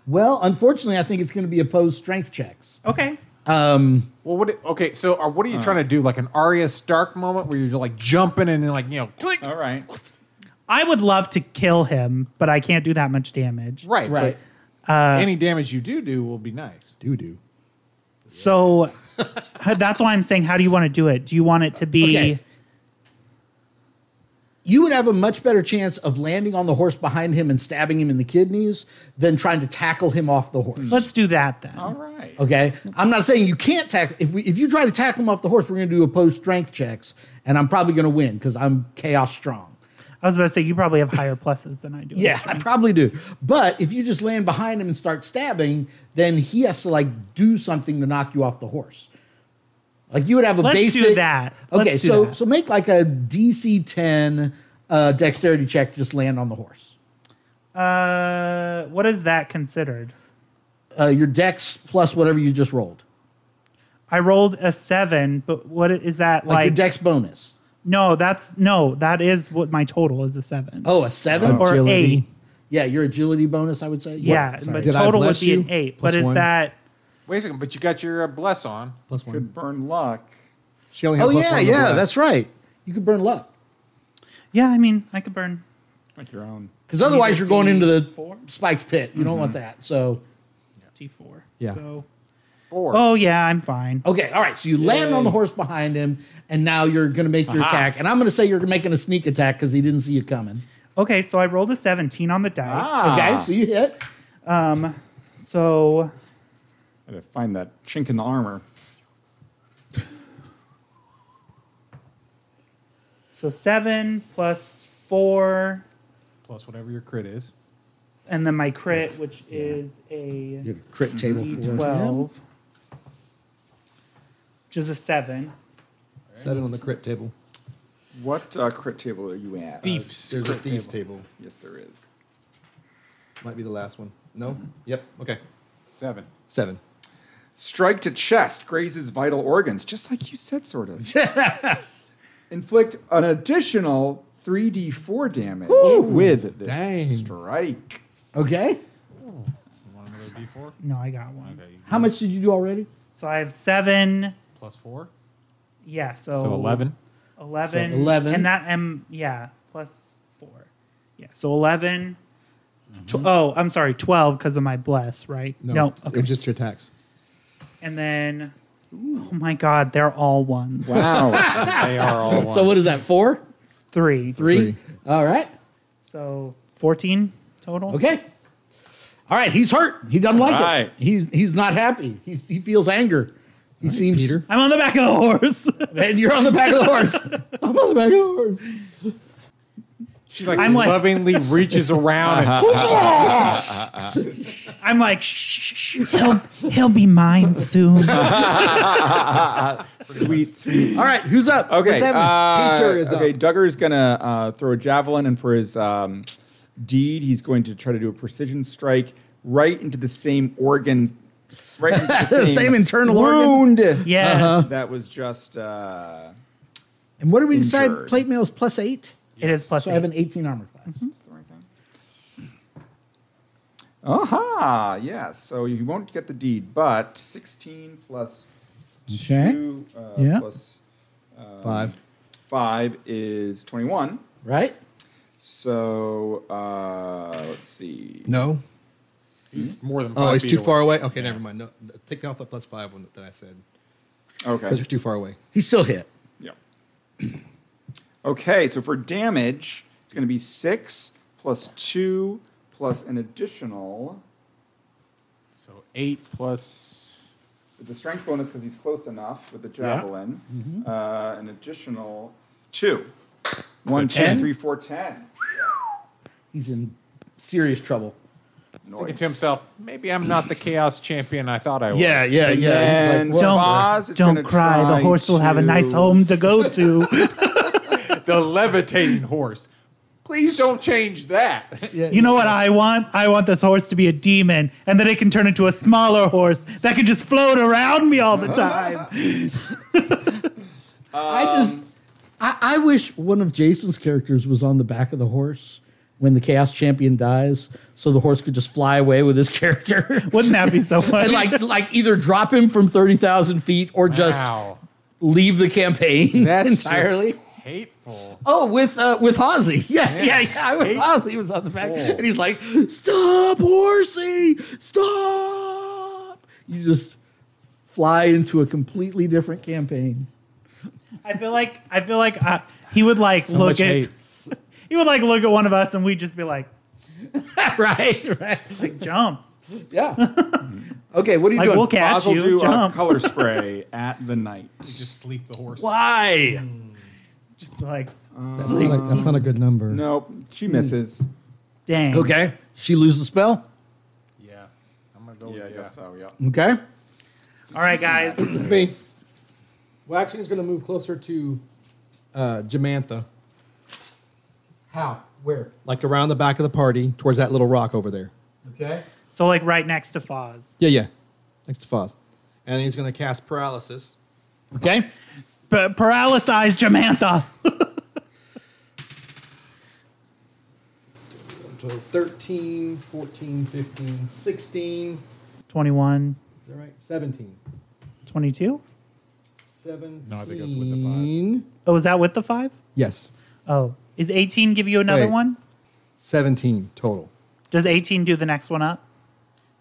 Speaker 2: Well, unfortunately, I think it's going to be opposed strength checks.
Speaker 6: Okay.
Speaker 2: Um,
Speaker 5: well, what? it- okay, so are, what are you trying to do? Like an Arya Stark moment where you're like jumping and then like you know, click.
Speaker 4: All right.
Speaker 6: I would love to kill him, but I can't do that much damage.
Speaker 5: Right,
Speaker 2: right. Uh,
Speaker 5: But any damage you do do will be nice.
Speaker 3: Do do.
Speaker 6: So that's why I'm saying, how do you want to do it? Do you want it to be?
Speaker 2: Okay. you would have a much better chance of landing on the horse behind him and stabbing him in the kidneys than trying to tackle him off the horse.
Speaker 6: Let's do that then.
Speaker 4: All right.
Speaker 2: Okay, I'm not saying you can't tackle. If we, if you try to tackle him off the horse, we're going to do opposed strength checks, and I'm probably going to win because I'm chaos strong.
Speaker 6: I was about to say you probably have higher pluses than I do. in
Speaker 2: Yeah, I
Speaker 6: strength.
Speaker 2: probably do. But if you just land behind him and start stabbing, then he has to like do something to knock you off the horse. Like you would have a
Speaker 6: Let's
Speaker 2: basic
Speaker 6: do that.
Speaker 2: Okay,
Speaker 6: Let's do
Speaker 2: so
Speaker 6: that.
Speaker 2: so make like a DC 10 uh, dexterity check. to Just land on the horse.
Speaker 6: Uh, what is that considered?
Speaker 2: Uh, your dex plus whatever you just rolled,
Speaker 6: I rolled a seven, but what i- is that
Speaker 2: like, your
Speaker 6: like?
Speaker 2: dex bonus.
Speaker 6: no, that's no, that is what my total is a seven
Speaker 2: Oh, a seven.
Speaker 6: or eight.
Speaker 2: Yeah, your agility bonus. I would say.
Speaker 6: Yeah,
Speaker 2: What?
Speaker 6: but
Speaker 2: Sorry.
Speaker 3: Did I
Speaker 6: total would
Speaker 3: bless
Speaker 6: be an
Speaker 3: you?
Speaker 6: eight.
Speaker 3: Plus
Speaker 6: but is
Speaker 3: one.
Speaker 6: that
Speaker 5: Wait a second, but you got your uh, bless on.
Speaker 3: Plus one.
Speaker 4: Could burn luck.
Speaker 3: She only has
Speaker 2: oh
Speaker 3: plus
Speaker 2: yeah,
Speaker 3: one on the
Speaker 2: yeah,
Speaker 3: bless.
Speaker 2: that's right. You could burn luck
Speaker 6: yeah? I mean, I could burn.
Speaker 4: Like your own.
Speaker 2: because otherwise you're going into the
Speaker 6: Four?
Speaker 2: spiked pit. You don't want that. So
Speaker 6: D4.
Speaker 3: Yeah.
Speaker 6: So,
Speaker 5: Four.
Speaker 6: oh, yeah, I'm fine.
Speaker 2: Okay, all right. So you land on the horse behind him, and now you're going to make your attack. And I'm going to say you're making a sneak attack because he didn't see you coming.
Speaker 6: Okay, so I rolled a 17 on the die.
Speaker 4: Ah.
Speaker 2: Okay, so you hit.
Speaker 6: So,
Speaker 4: I had to find that chink in the armor.
Speaker 6: so seven plus four,
Speaker 5: Plus whatever your crit is.
Speaker 6: and then my crit, which is a
Speaker 2: Crit table
Speaker 6: d12, which is a seven.
Speaker 3: Set it on the crit table.
Speaker 4: What uh, crit table are you at?
Speaker 5: Thieves.
Speaker 3: There's a thieves table.
Speaker 4: Yes, there is.
Speaker 3: Might be the last one. No.
Speaker 2: Mm-hmm.
Speaker 3: Yep. Okay.
Speaker 5: Seven.
Speaker 3: Seven.
Speaker 4: Strike to chest grazes vital organs, just like you said, sort of. Inflict an additional 3d4 damage with this
Speaker 3: Dang.
Speaker 4: strike.
Speaker 2: Okay.
Speaker 5: Want another D4?
Speaker 6: No, I got one.
Speaker 5: Okay. you-
Speaker 2: How much did you do already?
Speaker 6: So I have seven.
Speaker 5: Plus four.
Speaker 6: Yeah, so,
Speaker 5: So 11.
Speaker 6: 11.
Speaker 2: So 11.
Speaker 6: And that, um, yeah, plus four. Yeah, so 11. Tw-
Speaker 2: Mm-hmm.
Speaker 6: oh, I'm sorry, 12 because of my bless, right? okay.
Speaker 3: It's just your attacks.
Speaker 6: And then, oh my God, they're all ones.
Speaker 4: Wow.
Speaker 5: They are all
Speaker 2: So what is that? Four,
Speaker 6: Three.
Speaker 2: three.
Speaker 3: Three.
Speaker 2: All right.
Speaker 6: So 14 total.
Speaker 2: Okay. All right. He's hurt. He doesn't like
Speaker 4: Right.
Speaker 2: it. He's he's not happy. He, he feels anger. He seems.
Speaker 3: Peter.
Speaker 6: I'm on the back of the horse.
Speaker 2: And you're on the back of the horse. I'm on the back of the horse.
Speaker 5: She like
Speaker 6: I'm like-
Speaker 5: lovingly reaches around and
Speaker 6: I'm like, shh, shh, shh, he'll, he'll be mine soon.
Speaker 4: sweet, sweet.
Speaker 2: All right. Who's up?
Speaker 4: Okay.
Speaker 2: What's happening?
Speaker 4: uh,
Speaker 3: Peter is
Speaker 4: okay,
Speaker 3: up.
Speaker 4: Duggar's going to uh, throw a javelin, and for his um, deed, he's going to try to do a precision strike right into the same organ. Right into the same,
Speaker 2: The same internal Uh-huh.
Speaker 4: wound.
Speaker 6: Yes.
Speaker 4: That was just. Uh,
Speaker 2: and what did we decide?
Speaker 4: Injured.
Speaker 2: Plate mail is plus eight.
Speaker 6: It is plus
Speaker 2: So I
Speaker 6: eight.
Speaker 2: have an 18 armor class.
Speaker 4: Is the right thing? Aha! Yes. So you won't get the deed, but 16 plus
Speaker 2: Okay.
Speaker 4: 2 uh,
Speaker 2: Yeah.
Speaker 4: plus
Speaker 3: Five.
Speaker 4: 5 is 21.
Speaker 2: Right?
Speaker 4: So uh, let's see.
Speaker 3: No.
Speaker 5: He's more than
Speaker 3: Oh,
Speaker 5: five
Speaker 3: it's
Speaker 5: feet
Speaker 3: too
Speaker 5: away.
Speaker 3: far away. Okay, never mind. No, take off the plus five one that I said because
Speaker 4: Okay.
Speaker 3: you're too far away.
Speaker 2: He's still hit.
Speaker 4: Yeah. Okay, so for damage, it's going to be six plus two plus an additional.
Speaker 5: So eight plus.
Speaker 4: With the strength bonus because he's close enough with the javelin.
Speaker 5: Mm-hmm.
Speaker 4: Uh, an additional two. One, two,
Speaker 5: ten?
Speaker 4: three, four, ten.
Speaker 2: He's in serious trouble.
Speaker 5: Thinking
Speaker 4: Nice.
Speaker 5: to himself, maybe I'm not the chaos champion I thought I was.
Speaker 2: yeah, yeah.
Speaker 4: And Vaz is
Speaker 6: Don't
Speaker 4: gonna
Speaker 6: cry. The
Speaker 4: try
Speaker 6: horse will have a nice
Speaker 4: to-
Speaker 6: home to go to.
Speaker 5: The levitating horse. Please don't change that.
Speaker 6: you know what I want? I want this horse to be a demon, and that it can turn into a smaller horse that can just float around me all the time.
Speaker 9: I just, I, I wish one of Jason's characters was on the back of the horse when the Chaos Champion dies, so the horse could just fly away with his character.
Speaker 6: Wouldn't that be so funny?
Speaker 9: and like, like either drop him from thirty thousand feet or just
Speaker 5: Wow.
Speaker 9: leave the campaign
Speaker 5: That's just
Speaker 9: entirely.
Speaker 5: hateful.
Speaker 9: Oh, with uh, with Hosey. Yeah, yeah, yeah. With Hosey was on the back, and he's like, "Stop, horsey! Stop!" You just fly into a completely different campaign.
Speaker 6: I feel like I feel like uh, he would like look
Speaker 5: much
Speaker 6: at
Speaker 5: hate.
Speaker 6: he would like look at one of us, and we'd just be like,
Speaker 9: right, right.
Speaker 6: like jump.
Speaker 9: Yeah.
Speaker 2: Okay, what are you
Speaker 6: Like,
Speaker 2: doing?
Speaker 6: we'll catch
Speaker 4: Vaz will
Speaker 6: you.
Speaker 4: do a
Speaker 6: jump.
Speaker 4: color spray at the knight.
Speaker 5: Just sleep the horse.
Speaker 2: Why?
Speaker 6: just like,
Speaker 3: That's, not, a, that's not a good number.
Speaker 4: Nope, she misses.
Speaker 6: dang.
Speaker 2: Okay, she loses the spell.
Speaker 5: Yeah. I'm going to go with yeah.
Speaker 4: so, yeah.
Speaker 2: Okay,
Speaker 6: All right, guys.
Speaker 3: It's me. Waxing is going to move closer to uh, Jamantha,
Speaker 7: How? Where?
Speaker 3: like around the back of the party towards that little rock over there.
Speaker 7: Okay.
Speaker 6: So like right next to Foz.
Speaker 3: Yeah, yeah. Next to Foz. And he's going to cast paralysis.
Speaker 2: okay.
Speaker 6: P- paralysize Jamantha.
Speaker 3: So 13, 14, 15, 16.
Speaker 6: 21,
Speaker 3: Is that right? 17.
Speaker 6: 22?
Speaker 3: 17.
Speaker 5: No, I think that's with the five.
Speaker 6: Oh, is that with the five?
Speaker 3: Yes.
Speaker 6: Oh, is 18 give you another
Speaker 3: Wait.
Speaker 6: one?
Speaker 3: 17 total.
Speaker 6: Does 18 do the next one up?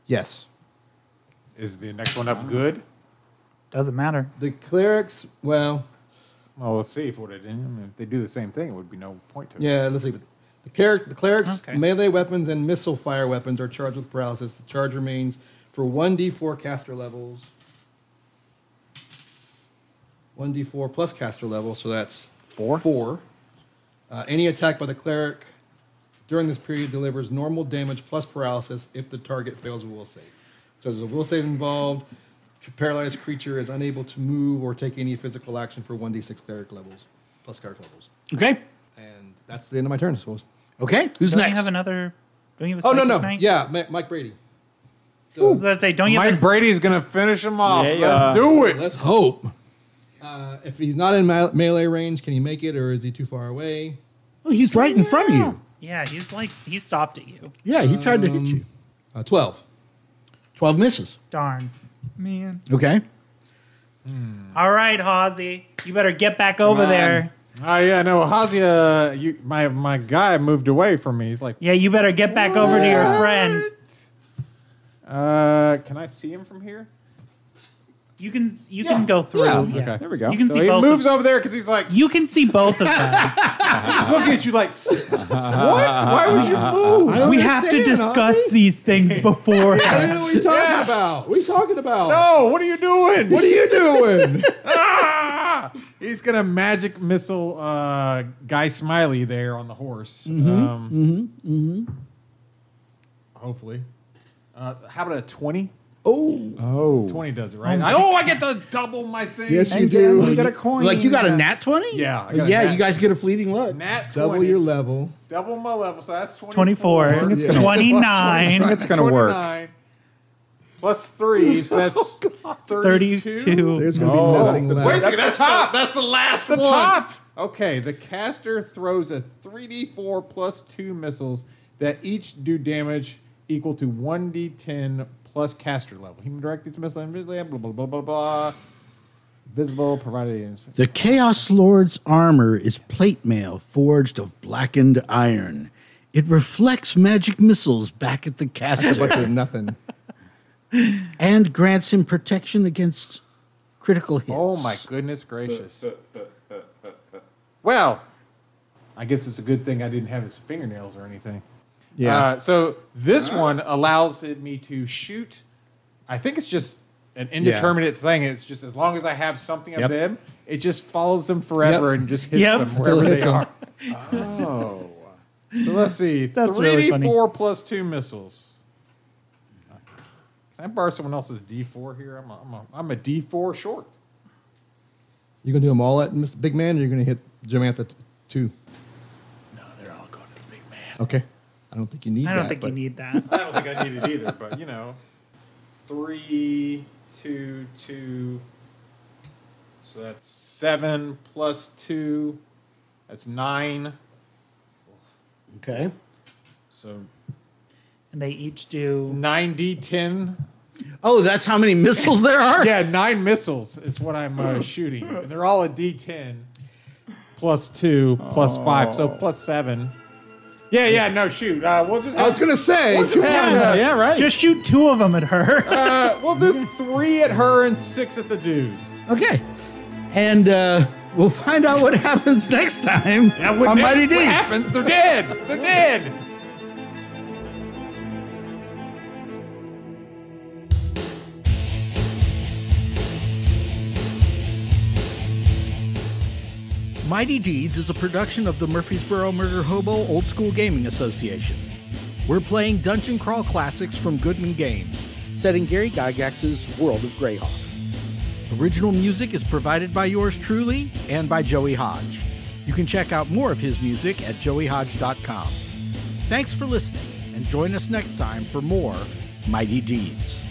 Speaker 3: Yes.
Speaker 5: Is the next one up good?
Speaker 6: Doesn't matter.
Speaker 3: The clerics, well,
Speaker 5: Well, let's see if what it, I mean, if they do the same thing, it would be no point to it.
Speaker 3: yeah, let's see. The, cleric, the clerics,
Speaker 6: Okay.
Speaker 3: melee weapons, and missile fire weapons are charged with paralysis. The charge remains for 1d4 caster levels. 1d4 plus caster level, so that's
Speaker 5: Four?
Speaker 3: Four. Uh, any attack by the cleric during this period delivers normal damage plus paralysis if the target fails a will save. So there's a will save involved. Paralyzed creature is unable to move or take any physical action for 1d6 cleric levels plus cleric levels.
Speaker 2: Okay.
Speaker 3: And that's the end of my turn, I suppose.
Speaker 2: Okay. Who's
Speaker 6: Don't you
Speaker 2: next?
Speaker 6: have another? Don't you have a
Speaker 3: Oh, no,
Speaker 6: psychic
Speaker 3: no.
Speaker 6: knight?
Speaker 3: Yeah, Ma- Mike Brady.
Speaker 6: I was about to say, don't you have
Speaker 5: Mike
Speaker 6: an-
Speaker 5: Brady's going to finish him off.
Speaker 4: Yeah,
Speaker 5: Let's
Speaker 4: yeah.
Speaker 5: do it.
Speaker 3: Let's hope. Uh, if he's not in ma- melee range, can he make it or is he too far away?
Speaker 2: oh, he's right in front of you.
Speaker 6: Yeah, he's like, he stopped at you.
Speaker 2: Yeah, he tried to hit you.
Speaker 3: Uh, 12.
Speaker 2: Twelve misses.
Speaker 6: Darn.
Speaker 2: Okay.
Speaker 6: All right, Hawsey. You better get back over
Speaker 5: on.
Speaker 6: there.
Speaker 5: Oh, yeah, no, Hazia, you, my, my guy moved away from me. He's like,
Speaker 6: Yeah, you better get back over to your friend.
Speaker 5: uh, can I see him from here?
Speaker 6: You can you can go through. Yeah,
Speaker 5: Okay.
Speaker 4: There we go.
Speaker 6: You can
Speaker 5: So
Speaker 6: see
Speaker 5: he
Speaker 6: both.
Speaker 5: moves
Speaker 6: of,
Speaker 5: over there because he's like,
Speaker 6: you can see both of them.
Speaker 5: looking at you like, what? Why would you move?
Speaker 6: we have to discuss these things beforehand.
Speaker 3: What are you talking about? What are you talking about?
Speaker 5: No, "Oh, what are you doing?
Speaker 3: What are you doing?
Speaker 5: ah! He's gonna magic missile uh, Guy Smiley there on the horse. um, Hopefully. Uh, how about a 20?
Speaker 4: Oh.
Speaker 5: 20 does it, right? I, oh, I get to double my thing.
Speaker 3: you do.
Speaker 4: You got a coin.
Speaker 2: Like you got a nat twenty?
Speaker 5: uh, Yeah, I got a
Speaker 2: Yeah,
Speaker 5: nat-
Speaker 2: you guys get a fleeting look.
Speaker 5: Nat 20.
Speaker 3: Double your level.
Speaker 5: double my level, so that's 24.
Speaker 6: 24,
Speaker 4: it's gonna-
Speaker 6: 29,
Speaker 4: It's going to work.
Speaker 5: 29 Plus three, so that's 32.
Speaker 6: 32.
Speaker 3: There's going to be nothing left.
Speaker 5: Wait a second, that's, top. The, that's the last the one. top. Okay, the caster throws a 3d4 plus 2 missiles that each do damage equal to 1d10 plus caster level. He can direct these missiles invisibly, blah, blah, blah, blah, blah. Visible, provided in
Speaker 2: The Chaos Lord's armor is plate mail forged of blackened iron. It reflects magic missiles back at the
Speaker 3: It's a
Speaker 2: caster
Speaker 3: bunch of nothing.
Speaker 2: and grants him protection against critical hits.
Speaker 5: Oh my goodness gracious. Well, I guess it's a good thing I didn't have his fingernails or anything.
Speaker 3: Yeah.
Speaker 5: Uh, so this one allows it- me to shoot. I think it's just an indeterminate thing. It's just as long as I have something of
Speaker 3: Yep.
Speaker 5: them, it just follows them forever
Speaker 3: Yep.
Speaker 5: and just hits
Speaker 6: Yep.
Speaker 5: them
Speaker 6: Until
Speaker 5: wherever
Speaker 3: it
Speaker 5: they
Speaker 3: hits 'em.
Speaker 5: are. Oh. So let's see.
Speaker 6: That's
Speaker 5: 3d4
Speaker 6: really funny.
Speaker 5: plus two missiles. Can I borrow someone else's D4 here? I'm a, I'm a, I'm a D4 short.
Speaker 3: You gonna do them all at Mr. Big Man, or you're gonna hit Jamantha t- two? No, they're all going to the Big Man. Okay. I don't think you need.
Speaker 6: I don't
Speaker 3: that,
Speaker 6: think
Speaker 3: but
Speaker 6: you need that.
Speaker 5: I don't think I need it either, but you know, three, two, two. So that's seven plus two. That's nine.
Speaker 2: Okay.
Speaker 5: So
Speaker 6: And they each do.
Speaker 5: nine d ten.
Speaker 2: Oh, that's how many missiles there are?
Speaker 5: Yeah, nine missiles is what I'm uh, shooting, and they're all a d ten. Plus two, plus five, so plus seven. Yeah, yeah, no, shoot. Uh, we'll just.
Speaker 3: I was gonna say.
Speaker 5: yeah, yeah, right.
Speaker 6: Just shoot two of them at her.
Speaker 5: uh, we'll do three at her and six at the dude.
Speaker 2: Okay. And uh, we'll find out what happens next time
Speaker 5: when
Speaker 2: on
Speaker 5: that-
Speaker 2: Mighty
Speaker 5: What
Speaker 2: Deeds.
Speaker 5: happens? They're dead. They're dead.
Speaker 2: Mighty Deeds is a production of the Murfreesboro Murder Hobo Old School Gaming Association. We're playing dungeon crawl classics from Goodman Games, set in Gary Gygax's World of Greyhawk. Original music is provided by yours truly and by Joey Hodge. You can check out more of his music at joeyhodge.com. Thanks for listening, and join us next time for more Mighty Deeds.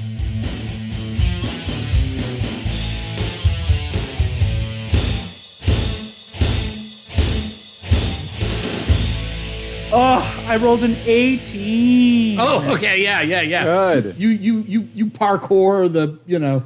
Speaker 6: oh, I rolled an 18.
Speaker 2: Oh, okay, yeah, yeah, yeah.
Speaker 4: Good.
Speaker 2: You you you you parkour the you know.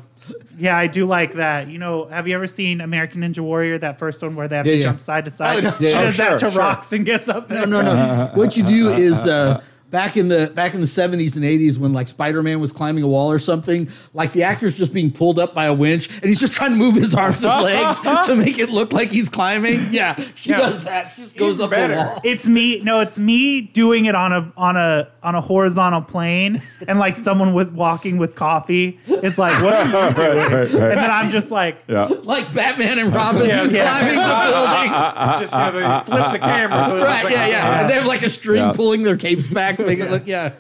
Speaker 6: Yeah, I do like that. You know, have you ever seen American Ninja Warrior, that first one where they have
Speaker 3: Yeah,
Speaker 6: to
Speaker 3: yeah.
Speaker 6: jump side to side?
Speaker 2: no.
Speaker 6: She
Speaker 3: Yeah.
Speaker 6: does
Speaker 4: Oh,
Speaker 6: that
Speaker 4: sure,
Speaker 6: to
Speaker 4: sure.
Speaker 6: rocks and gets up there.
Speaker 2: No, no, no. What you do is uh, back in the back in the seventies and eighties when like Spider Man was climbing a wall or something, like the actor's just being pulled up by a winch and he's just trying to move his arms and legs to make it look like he's climbing. Yeah, she does that. She just goes
Speaker 5: Even
Speaker 2: up
Speaker 5: better.
Speaker 2: a wall.
Speaker 6: It's me. No, it's me doing it on a on a on a horizontal plane, and like someone with walking with coffee is like, what? are you-"
Speaker 4: right, right, right.
Speaker 6: And then I'm just like,
Speaker 4: Yeah.
Speaker 2: Like Batman and Robin
Speaker 5: Yeah, yeah.
Speaker 2: climbing the building.
Speaker 5: Just, you know, they flip the camera. So it's
Speaker 2: Right,
Speaker 5: like- uh,
Speaker 2: yeah, yeah. And they have like a string
Speaker 4: Yeah.
Speaker 2: pulling their capes back to make it look, yeah.